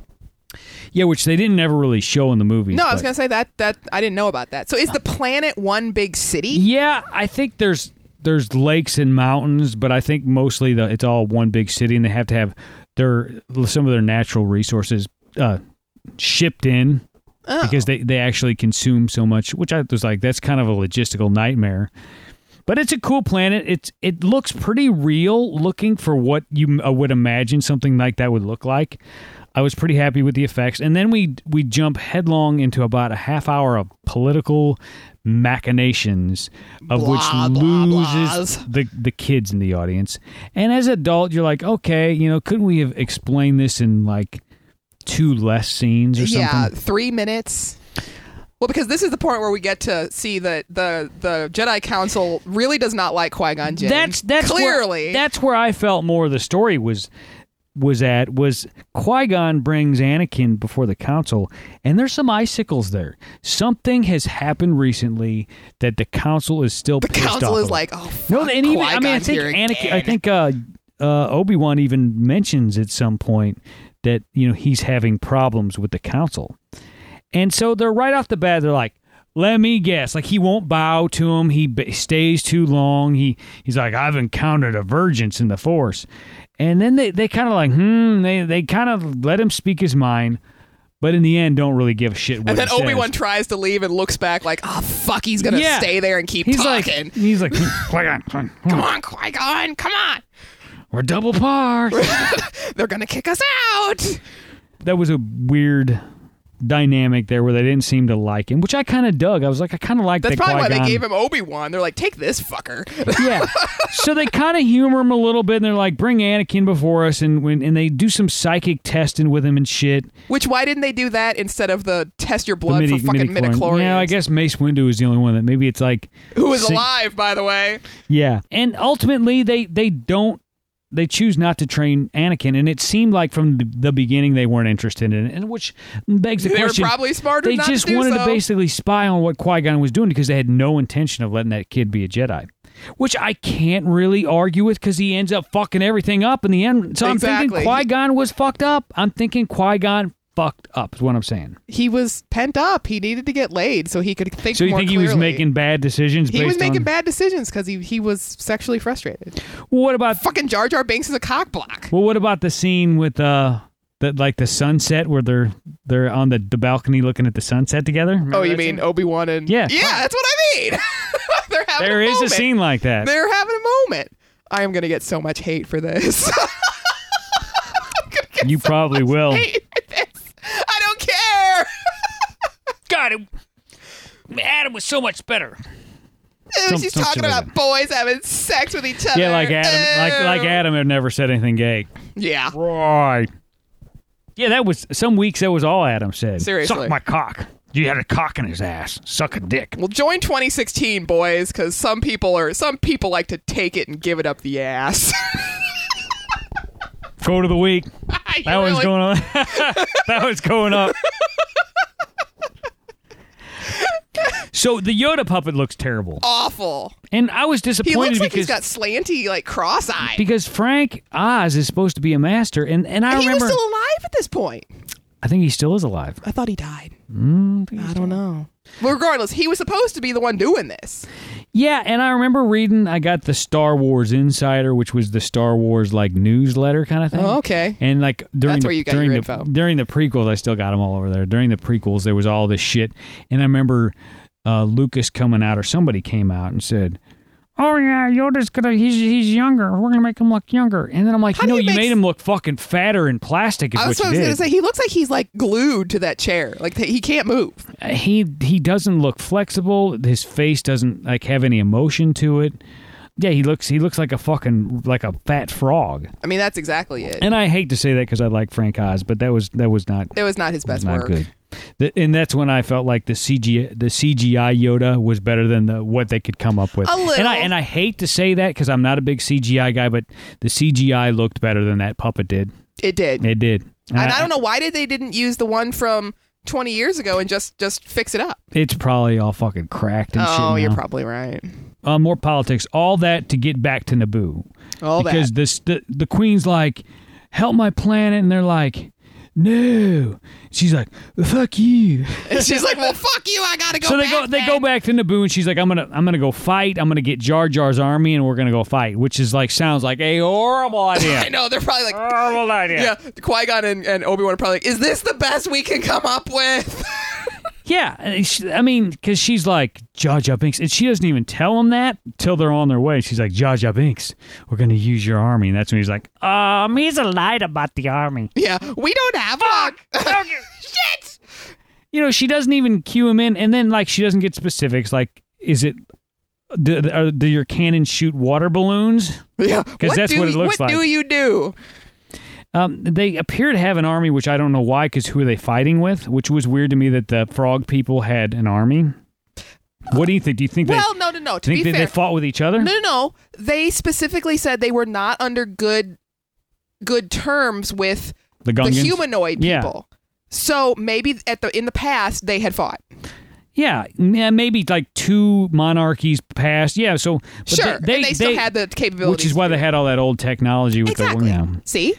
Yeah, which they didn't ever really show in the movies. No, I was but- gonna say that. That I didn't know about that. So is the planet one big city? Yeah, I think there's there's lakes and mountains, but I think mostly the, it's all one big city, and they have to have their some of their natural resources uh, shipped in Oh. because they they actually consume so much, which I was like that's kind of a logistical nightmare. But it's a cool planet. It's it looks pretty real looking for what you uh, would imagine something like that would look like. I was pretty happy with the effects, and then we we jump headlong into about a half hour of political machinations, of Blah, which blah, loses blahs. the the kids in the audience. And as an adult, you're like, okay, you know, couldn't we have explained this in like two less scenes or something? Yeah, three minutes. Well, because this is the point where we get to see that the the Jedi Council really does not like Qui Gon Jinn. That's that's clearly where, that's where I felt more of the story was was at was Qui Gon brings Anakin before the council, and there's some icicles there. Something has happened recently that the council is still the pissed council off is about. like, oh, fuck, no, and even I mean I Qui-Gon's think here Anakin, I again." think uh, uh, Obi Wan even mentions at some point that you know he's having problems with the council, and so they're right off the bat they're like. Let me guess. Like he won't bow to him. He b- stays too long. He he's like I've encountered a vergence in the force, and then they, they kind of like hmm. They they kind of let him speak his mind, but in the end don't really give a shit. What And then he says. Obi Wan tries to leave and looks back like, oh fuck, he's gonna Yeah. stay there and keep he's talking. like he's like Qui-Gon, come on. come on, Qui Gon, come on. we're double parked. They're gonna kick us out. that was a weird dynamic there where they didn't seem to like him, which I kind of dug. I was like, I kind of like That's that probably why Qui-Gon- they gave him Obi Wan. They're like, take this fucker. yeah. So they kind of humor him a little bit, and they're like, "Bring Anakin before us," and when and they do some psychic testing with him and shit. Which why didn't they do that instead of the test your The blood for fucking midichlorian- midichlorians? Yeah, I guess Mace Windu is the only one that maybe it's like Who is sing- alive, by the way? Yeah, and ultimately they they don't they choose not to train Anakin, and it seemed like from the- the beginning they weren't interested in it, and which begs the They were question: probably smarter They not to just do wanted to so. basically spy on what Qui Gon was doing because they had no intention of letting that kid be a Jedi, which I can't really argue with because he ends up fucking everything up in the end. So I'm Exactly. thinking Qui Gon was fucked up. I'm thinking Qui Gon fucked up. Is what I'm saying. He was pent up. He needed to get laid so he could think So you more think he clearly. was making bad decisions? He based was making on, bad decisions because he, he was sexually frustrated. What about Fucking Jar Jar Binks is a cock block. Well, what about the scene with uh, the like the sunset where they're they're on the, the balcony looking at the sunset together? Remember oh, you that mean scene? Obi Wan and Yeah. yeah? That's what I mean. They're having there a is a moment. scene like that. They're having a moment. I am gonna get so much hate for this. you probably will. hate for this. I don't care. God, it, Adam was so much better. Some- She's some talking shit like about boys having sex with each other. Yeah, like Adam, like like Ew. Adam had never said anything gay. Yeah. Right. Yeah, that was some weeks. That was all Adam said. Seriously. Suck my cock. You had a cock in his ass. Suck a dick. Well, join 2016, boys, because some people are some people like to take it and give it up the ass. Go to the week. You That one's really- going on. that one's going up. So the Yoda puppet looks terrible, Awful. and I was Oh. He disappointed looks like he's because got slanty, like cross eyed. because Frank Oz is supposed to be a master, and and I He remember was still alive at this point. I think he still is alive. I thought he died. Mm, I don't know. Well, regardless, he was supposed to be the one doing this. Yeah, and I remember reading. I got the Star Wars Insider, which was the Star Wars like newsletter kind of thing. Oh, okay. And like during That's the, where you got during your the info. during the prequels, I still got them all over there. During the prequels, there was all this shit, and I remember uh, Lucas coming out or somebody came out and said. Oh yeah, Yoda's gonna. He's he's younger. We're gonna make him look younger. And then I'm like, How you do know, you you make made s- him look fucking fatter and plastic. Is I what was, you I was did. gonna say he looks like he's like glued to that chair. Like th- he can't move. he he doesn't look flexible. His face doesn't like have any emotion to it. Yeah, he looks he looks like a fucking like a fat frog. I mean, that's exactly it. And I hate to say that because I like Frank Oz, but that was that was not That was not his was best not work. good. Th- and that's when I felt like the CG the CGI Yoda was better than the what they could come up with. A little. And I and I hate to say that because I'm not a big CGI guy, but the CGI looked better than that puppet did. It did. It did. and I, don't know why did they didn't use the one from 20 years ago and just just fix it up. It's probably all fucking cracked and shit. Oh, you're now. probably right. uh, more politics, all that to get back to Naboo. All because that. this the, the queen's like, help my planet, and they're like, no. She's like, fuck you. And she's like, "Well, fuck you. I got to go so they back go they then." go back to Naboo, and she's like, I'm gonna I'm gonna go fight. I'm gonna get Jar Jar's army, and we're gonna go fight, which is like sounds like a horrible I idea. know they're probably like horrible idea. yeah, Qui-Gon and, and Obi-Wan are probably like, "Is this the best we can come up with?" Yeah, and she- I mean, because she's like Jar Jar Binks, and she doesn't even tell him that till they're on their way. She's like Jar Jar Binks, we're gonna use your army, and that's when he's like, um, he's a lied about the army. yeah, we don't have one. Shit. You know, she doesn't even cue him in, and then like she doesn't get specifics. Like, is it do, are, do your cannons shoot water balloons? Yeah, 'Cause that's do what it you- looks What do like. you do? Um, they appear to have an army, which I don't know why, because who are they fighting with? Which was weird to me that the frog people had an army. What do you think? Do you think Well, no, no, no. they To think be that they fair, fought with each other? no, no, no. They specifically said they were not under good good terms with the the Gungans. humanoid Yeah. people. So maybe at the in the past they had fought. Yeah, yeah, maybe like two monarchies passed. Yeah, so but sure, and they, still had the capability, which is why they had all that old technology with exactly. the yeah. See,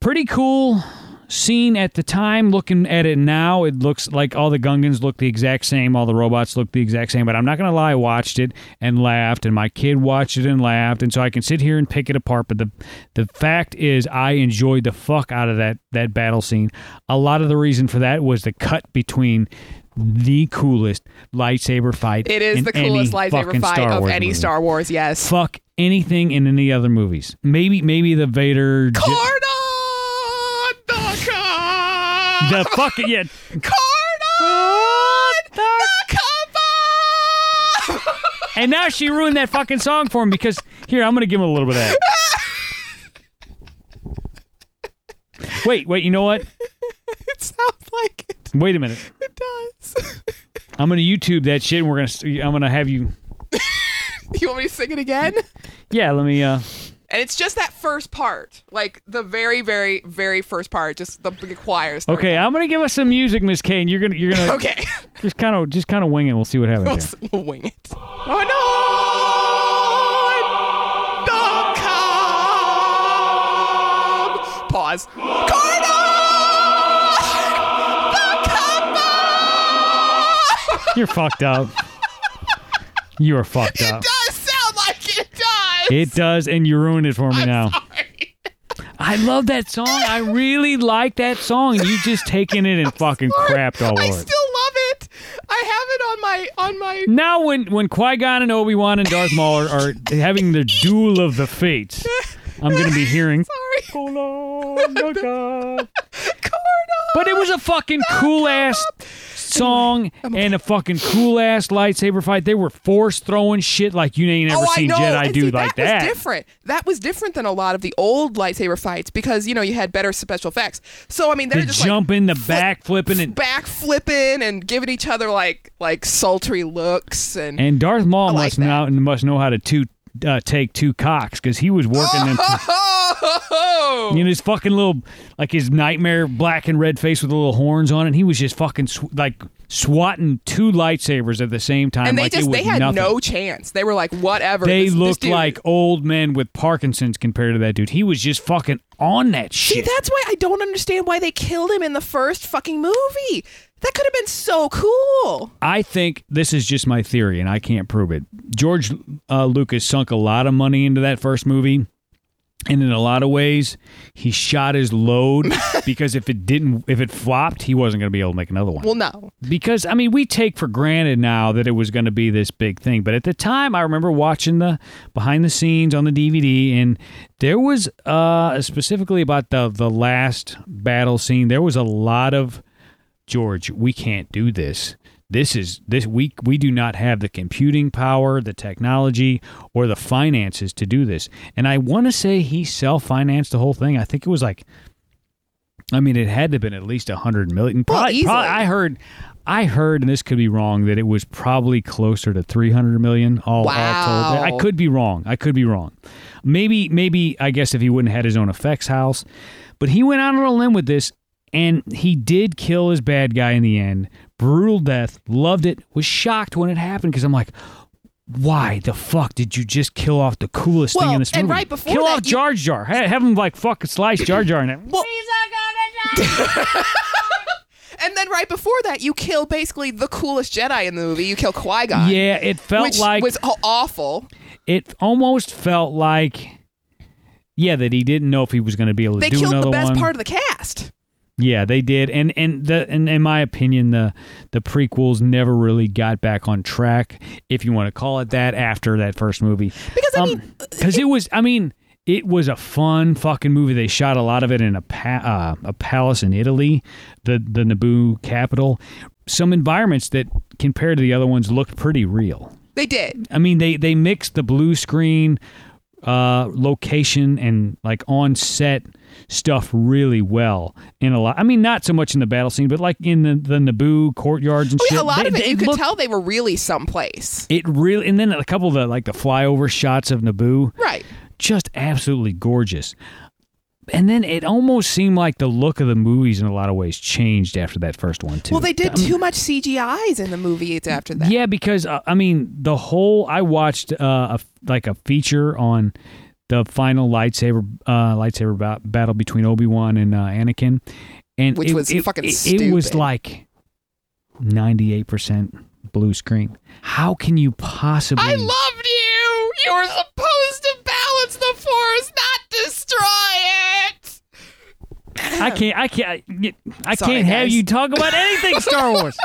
Pretty cool scene at the time. Looking at it now, it looks like all the Gungans look the exact same. All the robots look the exact same. But I'm not gonna lie, I watched it and laughed, and my kid watched it and laughed, and so I can sit here and pick it apart. But the the fact is, I enjoyed the fuck out of that that battle scene. A lot of the reason for that was the cut between. The coolest lightsaber fight. it is in the coolest any lightsaber fucking fight Star of Wars any movie Star Wars. Yes, fuck anything in any other movies. Maybe maybe the Vader j- Cordon the Cob! the fuck yeah. Cordon the Cob! And now she ruined that fucking song for him because here I'm gonna give him a little bit of that. Wait, wait, you know what? it sounds like it, Wait a minute. it does. I'm gonna YouTube that shit and we're gonna s- I'm gonna have you you want me to sing it again? Yeah, let me uh And it's just that first part, like the very, very, very first part, just the, the choir. starting. Okay, I'm gonna give us some music, Miss Kane. You're gonna you're gonna Okay. just kinda just kinda wing it, we'll see what happens. here. We'll wing it. Oh no! The Cobb! Pause. Cardinal! The Cobb! You're fucked up. You are fucked It up. does sound like it does. It does, and you ruined it for me I'm now. sorry. I love that song. I really like that song. You just taken it and fucking crapped all over I still love it. it. I have it on my on my. Now, when when Qui Gon and Obi Wan and Darth Maul are, are having their duel of the fates, I'm going to be hearing. Sorry. But Cardinal. it was a fucking cool ass song and a fucking cool ass lightsaber fight. They were force throwing shit like you ain't ever oh, seen I know. Jedi And do see, like that. that. was different. That was different than a lot of the old lightsaber fights because you know you had better special effects. So I mean, they're The just jumping, the flip- back flipping, like and back flipping and giving each other like like sultry looks and. and Darth Maul I like must that. know must know how to two, uh, take two cocks because he was working them. Oh, Whoa! You know, his fucking little, like his nightmare black and red face with the little horns on it. And he was just fucking, sw- like, swatting two lightsabers at the same time. and they like it just was they had nothing. no chance. They were like, whatever. They this- this looked dude- like old men with Parkinson's compared to that dude. He was just fucking on that See, shit. that's why I don't understand why they killed him in the first fucking movie. That could have been so cool. I think this is just my theory, and I can't prove it. George uh, Lucas sunk a lot of money into that first movie, and in a lot of ways, he shot his load because if it didn't, if it flopped, he wasn't going to be able to make another one. Well, no. because I mean, we take for granted now that it was going to be this big thing, but at the time, I remember watching the behind the scenes on the DVD, and there was uh, specifically about the the last battle scene. There was a lot of George. We can't do this. This is this we we do not have the computing power, the technology, or the finances to do this. And I want to say he self financed the whole thing. I think it was like I mean, it had to have been at least a hundred million. Well, Probably, easily. probably- I heard, I heard, and this could be wrong, that it was probably closer to three hundred million. All, all told, Wow. I could be wrong. I could be wrong. Maybe, maybe I guess if he wouldn't had his own effects house, but he went out on a limb with this, and he did kill his bad guy in the end. Brutal death. Loved it. Was shocked when it happened because I'm like. Why the fuck did you just kill off the coolest thing Well, in this movie? and right before kill that, off you- Jar Jar. Ha- Have him like fuck slice Jar Jar in it. Well, and then right before that, you kill basically the coolest Jedi in the movie. You kill Qui Gon. Yeah, it felt which like was aw- awful. it almost felt like yeah that he didn't know if he was going to be able to They do killed another the best one. part of the cast. yeah, they did, and and the and in my opinion the the prequels never really got back on track, if you want to call it that, after that first movie. Because, I mean, uh, because it was I mean. It was a fun fucking movie. They shot a lot of it in a pa- uh, a palace in Italy, the the Naboo capital. Some environments that compared to the other ones looked pretty real. They did. I mean, they they mixed the blue screen uh, location and like on set stuff really well in a lot. I mean, not so much in the battle scene, but like in the, the Naboo courtyards and Oh, yeah, shit. a lot They- of it. they You could looked- tell they were really someplace. It really, and then a couple of the like the flyover shots of Naboo, Right. just absolutely gorgeous. And then it almost seemed like the look of the movies in a lot of ways changed after that first one too. Well, they did too much CGIs in the movies after that. Yeah, because uh, I mean, the whole I watched uh, a f like a feature on the final lightsaber uh, lightsaber ba- battle between Obi Wan and uh, Anakin, and Which it, was it- fucking it, it was stupid. like ninety eight percent blue screen. How can you possibly? I loved you. You were supposed to balance the force, not destroy it. I can't. I can't. I, I Sorry, can't have guys. you talk about anything Star Wars.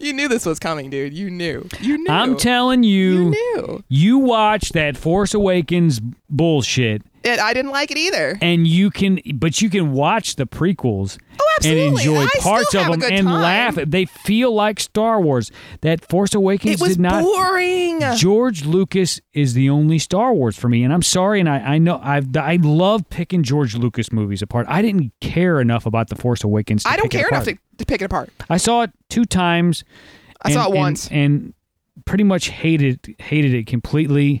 You knew this was coming, dude. You knew. You knew. I'm telling you you. knew. You watch that Force Awakens bullshit It, I didn't like it either. and you can but you can watch the prequels and Oh, absolutely. enjoy I parts still of have a them good and time. laugh they feel like star wars that force awakens It was did not boring. george lucas is the only star wars for me and i'm sorry and i, I know i've i love picking george lucas movies apart i didn't care enough about the force awakens to I don't pick it care enough apart. to, to pick it apart. i saw it two times I saw it once. and, pretty much hated hated it completely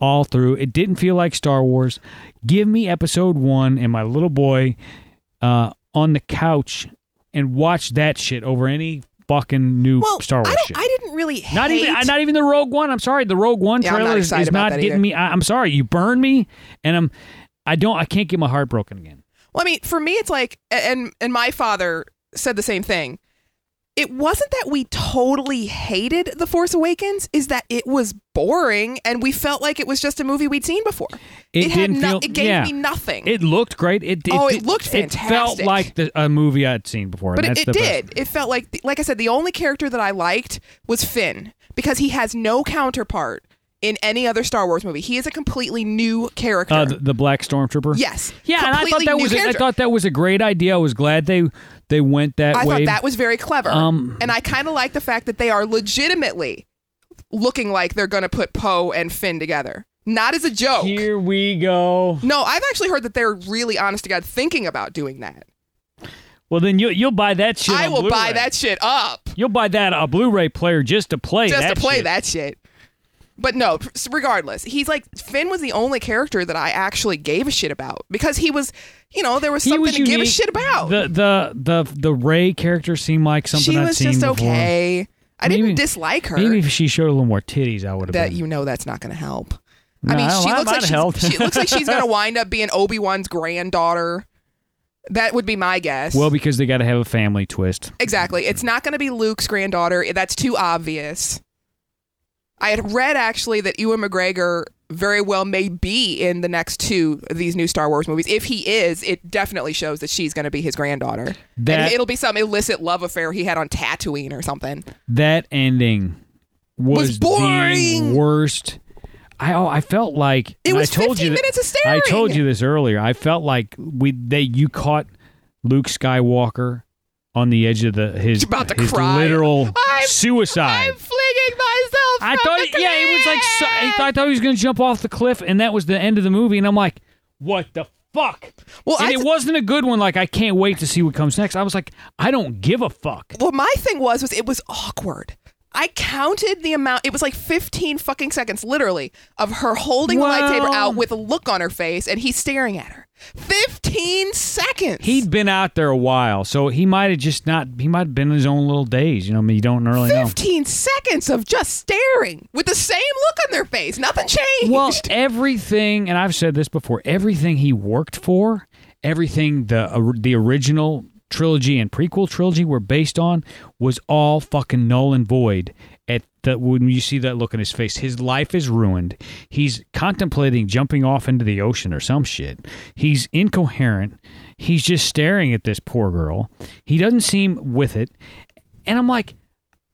all through. It didn't feel like Star Wars. Give me episode one and my little boy uh, on the couch and watch that shit over any fucking new Well, Star Wars I, don't, shit. I didn't really hate. not even, not even the Rogue One. I'm sorry, the Rogue One Yeah, I'm not trailer is, excited is about not that getting either. me. I, I'm sorry, you burned me, and I'm, I don't, I can't get my heart broken again. Well, I mean, for me, it's like, and and my father said the same thing. It wasn't that we totally hated The Force Awakens; is that it was boring, and we felt like it was just a movie we'd seen before. It, had didn't no, feel. it gave yeah. me nothing. It looked great. It, Oh, it looked It felt fantastic. like the, a movie I'd seen before. but and it, that's it the best. did. It felt like, like I said, the only character that I liked was Finn because he has no counterpart in any other Star Wars movie. He is a completely new character. Uh, the, the black stormtrooper. yes. Yeah, and I thought Completely that new was I character. thought that was a great idea. I was glad they they went that I way. thought that was very clever. Um, and I kind of like the fact that they are legitimately looking like they're going to put Poe and Finn together. Not as a joke. Here we go. no, I've actually heard that they're really honest to God thinking about doing that. Well, then you you'll buy that shit. I on will Blu-ray. buy that shit up You'll buy that a Blu-ray player just to play just that to play shit. that shit. But no, regardless, he's like Finn was the only character that I actually gave a shit about because he was, you know, there was He something was to give a unique. shit about. The the the the Ray character seemed like something she I'd was seen just before. okay. I didn't Maybe- dislike her. Maybe if she showed a little more titties, I would have that been. you know that's not going to help. No, I mean, I- she I looks might like help. she's, she looks like she's going to wind up being Obi Wan's granddaughter. That would be my guess. well, because they got to have a family twist. exactly. It's not going to be Luke's granddaughter. That's too obvious. I had read actually that Ewan McGregor very well may be in the next two of these new Star Wars movies. If he is, it definitely shows that she's going to be his granddaughter. That and it'll be some illicit love affair he had on Tatooine or something. that ending was, Was boring. The worst. I oh, I felt like It and was I told 15 you that- minutes of staring. I told you this earlier. I felt like we they you caught Luke Skywalker on the edge of the his, She's about to his cry. literal I'm- suicide. I'm flinging myself. I from thought, the yeah, it was like so, I cliff. thought- I thought he was going to jump off the cliff, and that was the end of the movie. And I'm like, what the fuck? Well, and I it th- wasn't a good one. Like, I can't wait to see what comes next. I was like, I don't give a fuck. Well, my thing was was it was awkward. I counted the amount. It was like 15 fucking seconds, literally, of her holding Well- the lightsaber out with a look on her face, and he's staring at her. 15 seconds. He'd been out there a while, so he might have just not. He might have been in his own little days. You know, I mean, you don't really know. 15 seconds of just staring with the same look on their face. Nothing changed. Well, everything, and I've said this before, everything he worked for, everything the or- the original trilogy and prequel trilogy were based on, was all fucking null and void. At the when you see that look on his face, his life is ruined. He's contemplating jumping off into the ocean or some shit. He's incoherent. He's just staring at this poor girl. He doesn't seem with it, and I'm like.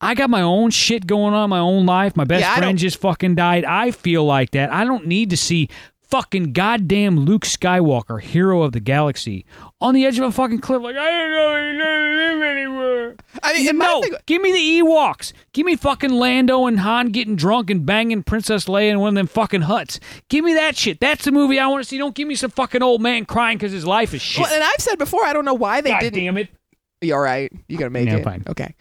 I got my own shit going on, my own life. My best Yeah, I friend don't- just fucking died. I feel like that. I don't need to see fucking goddamn Luke Skywalker, hero of the galaxy, on the edge of a fucking cliff. Like I don't know, he doesn't live anywhere. I mean, and my No, thing- give me the Ewoks. Give me fucking Lando and Han getting drunk and banging Princess Leia in one of them fucking huts. Give me that shit. That's the movie I want to see. Don't give me some fucking old man crying because his life is shit. Well, and I've said before, I don't know why they God didn't. damn it. You all right? You gonna make No, it? fine. Okay.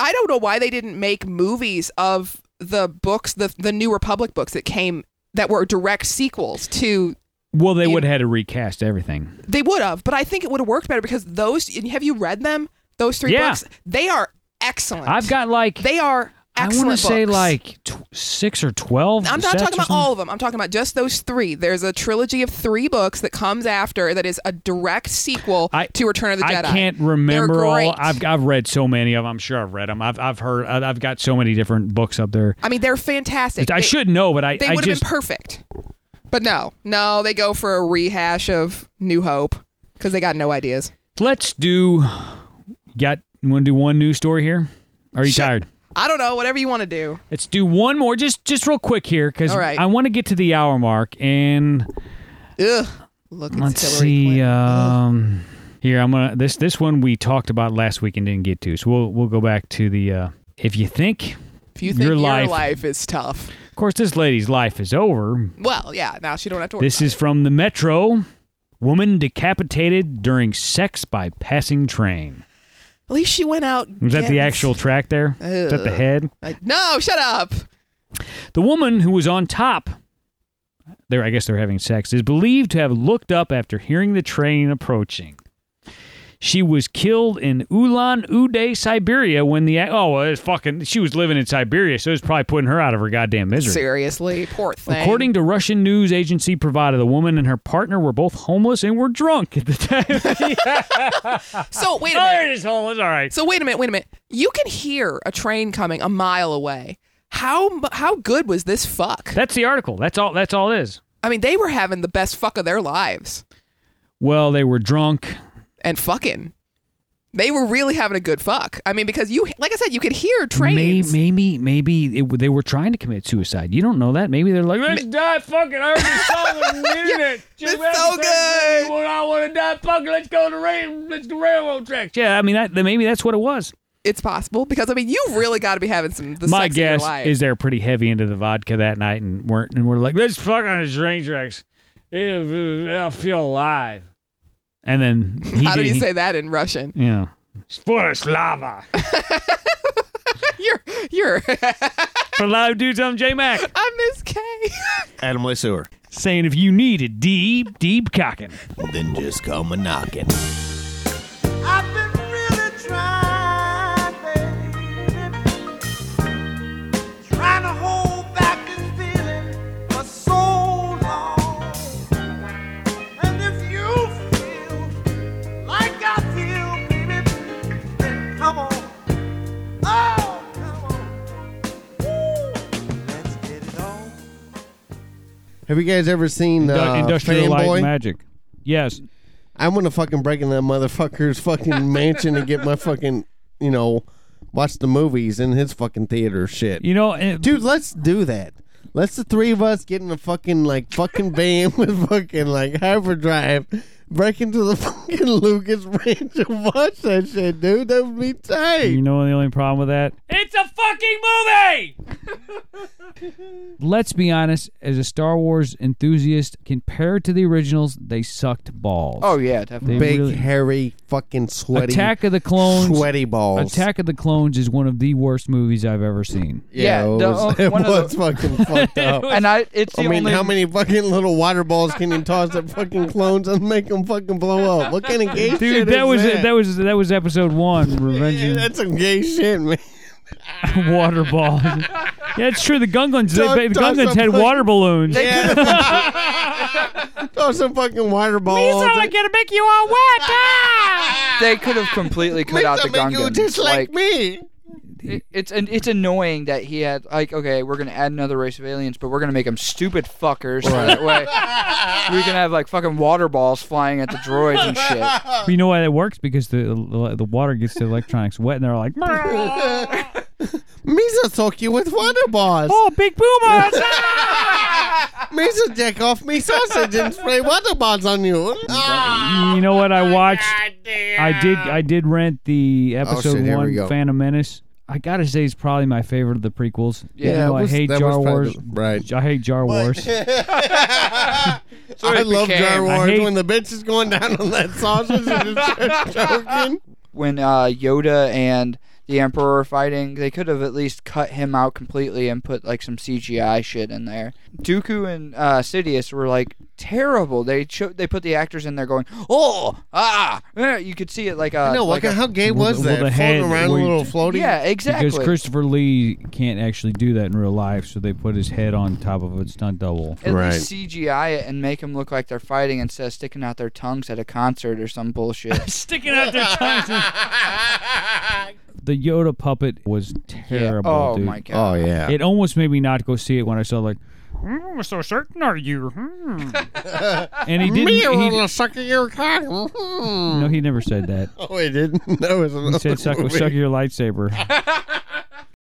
I don't know why they didn't make movies of the books, the the New Republic books that came that were direct sequels to. Well, they You- would have had to recast everything. They would have, but I think it would have worked better because those. and Have you read them? Those three Yeah. books. They are excellent. I've got like They are. I Excellent want to say books. like tw- six or twelve. I'm not sets talking or about something. all of them. I'm talking about just those three. There's a trilogy of three books that comes after that is a direct sequel I- to Return of the I Jedi. can't They're remember great. all. I've I've read so many of. them. I'm sure I've read them. I've I've heard. I've I've got so many different books up there. I mean, they're fantastic. I They- should know, but I they I would have just been perfect. But no, no, they go for a rehash of New Hope because they got no ideas. let's do. Got you want to do one news story here? Are you Sure. tired? I don't know, whatever you want to do. Let's do one more, just just real quick here, because All right. I want to get to the hour mark, and Ugh. Look at let's Hillary see. Clinton. Um, here I'm gonna this this one we talked about last week and didn't get to, so we'll we'll go back to the. Uh, if you think if you think your your life. life- is tough, Of course, this lady's life is over. well, yeah, now she don't have to worry. This is from the Metro. Woman decapitated during sex by passing train. At least she went out. Is that the getting- actual track there? Is that the Ugh. head? Like, no, shut up. The woman who was on top, there I guess they're having sex, is believed to have looked up after hearing the train approaching. She was killed in Ulan Ude, Siberia, when the oh, well, it's fucking. She was living in Siberia, so it was probably putting her out of her goddamn misery. Seriously, poor thing. According to Russian news agency Provided, the woman and her partner were both homeless and were drunk at the time. so wait a minute. Tired is homeless. All right. So wait a minute, wait a minute. You can hear a train coming a mile away. How mu- how good was this fuck? That's the article. That's all. That's all it is. I mean, they were having the best fuck of their lives. Well, they were drunk. and fucking. They were really having a good fuck. I mean, because you, like I said, you could hear May- trains. Maybe, maybe, it, they were trying to commit suicide. You don't know that. Maybe they're like, let's die. Fucking, I already saw it on the internet. Just it's have so sex with good. people. I want to die. Fucking, let's go to rail. Let's do railroad tracks. Yeah, I mean, that, that- maybe that's what it was. It's possible because I mean, you really got to be having some. The My sex guess in your life. is they're pretty heavy into the vodka that night and weren't, and we're like, let's fuck on the train tracks. Ew, I'll feel alive. And then he How did he he- say that in Russian? Yeah. Sports lava. You're, you're. For live dudes, I'm J Mac. I miss Adam Lesueur. saying if you need it, deep, deep cocking. Then just come a knocking. I've been really trying, baby. Trying to hold back this feeling for so long. And if you feel like I feel, baby, then come on. Oh, come on. Woo. Let's get it on. Have you guys ever seen uh, Industrial light Fanboy? magic. Yes. I'm gonna fucking break in that motherfucker's fucking mansion and get my fucking, you know, watch the movies in his fucking theater shit. You know, it, Dude, let's do that. Let's the three of us get in a fucking like fucking van with fucking like hyperdrive, break into the fucking Lucas Ranch and watch that shit, dude. That would be You tight. know the only problem with that? It's a fucking movie. Let's be honest, as a Star Wars enthusiast, compared to the originals, they sucked balls. Oh yeah, definitely. They Big really- hairy fucking sweaty Attack of the Clones. sweaty balls. Attack of the Clones is one of the worst movies I've ever seen. yeah, Yeah, it the- uh, was, it one of the- was fucking fucked up. And I, it's the I mean, only. how many fucking little water balls can you toss at fucking clones and make them fucking blow up? What kind of gay shit Dude, that is was that? that was that was episode one, Revenge Yeah, of that's some gay shit, man. the Water Balls. yeah, it's true. The Gunglings, they, Don't the toss Gunglins had them- water balloons. Yeah. Toss some fucking water balls. gonna make you all wet. ah! They could have completely cut Make out the them make you Gungans. just like, me. it- it's an, it's annoying that he had like okay, we're gonna add another race of aliens, but we're gonna make them stupid fuckers so that way we can have like fucking water balls flying at the droids and shit. You know why that works? Because the the water gets the electronics wet, and they're like, Misa soak you with water balls. "Oh, big boomers!" Misa jack off me sausage and spray water balls on you. you know what Oh, I watched? I did. I did rent the episode Oh, shit, one here we go. Phantom Menace. I gotta say, it's probably my favorite of the prequels. Yeah, Even though it was- I hate that Jar was probably Wars. the- right. I hate Jar Wars. I love became. Jar I Wars hate- when the bitch is going down on that sausage and it's choking. When uh, Yoda and the Emperor are fighting, they could have at least cut him out completely and put like some CGI shit in there. Dooku and uh, Sidious were like terrible. They cho- they put the actors in there going, oh ah, eh," you could see it like a No, like what? a- how gay Well, was the- well, that? the head Floating around a where you- little floaty. yeah exactly. Because Christopher Lee can't actually do that in real life, so they put his head on top of a stunt double. at Right. least CGI it and make them look like they're fighting instead of sticking out their tongues at a concert or some bullshit. Sticking out their tongues. the Yoda puppet was terrible, oh dude. my god. yeah. It almost made me not go see it when I saw like, I'm Hmm, so certain are you. Hmm. and he didn't. He, suck your cock. Mm-hmm. oh, no, he never said that. it didn't. That was He another said, suck, movie. suck your lightsaber.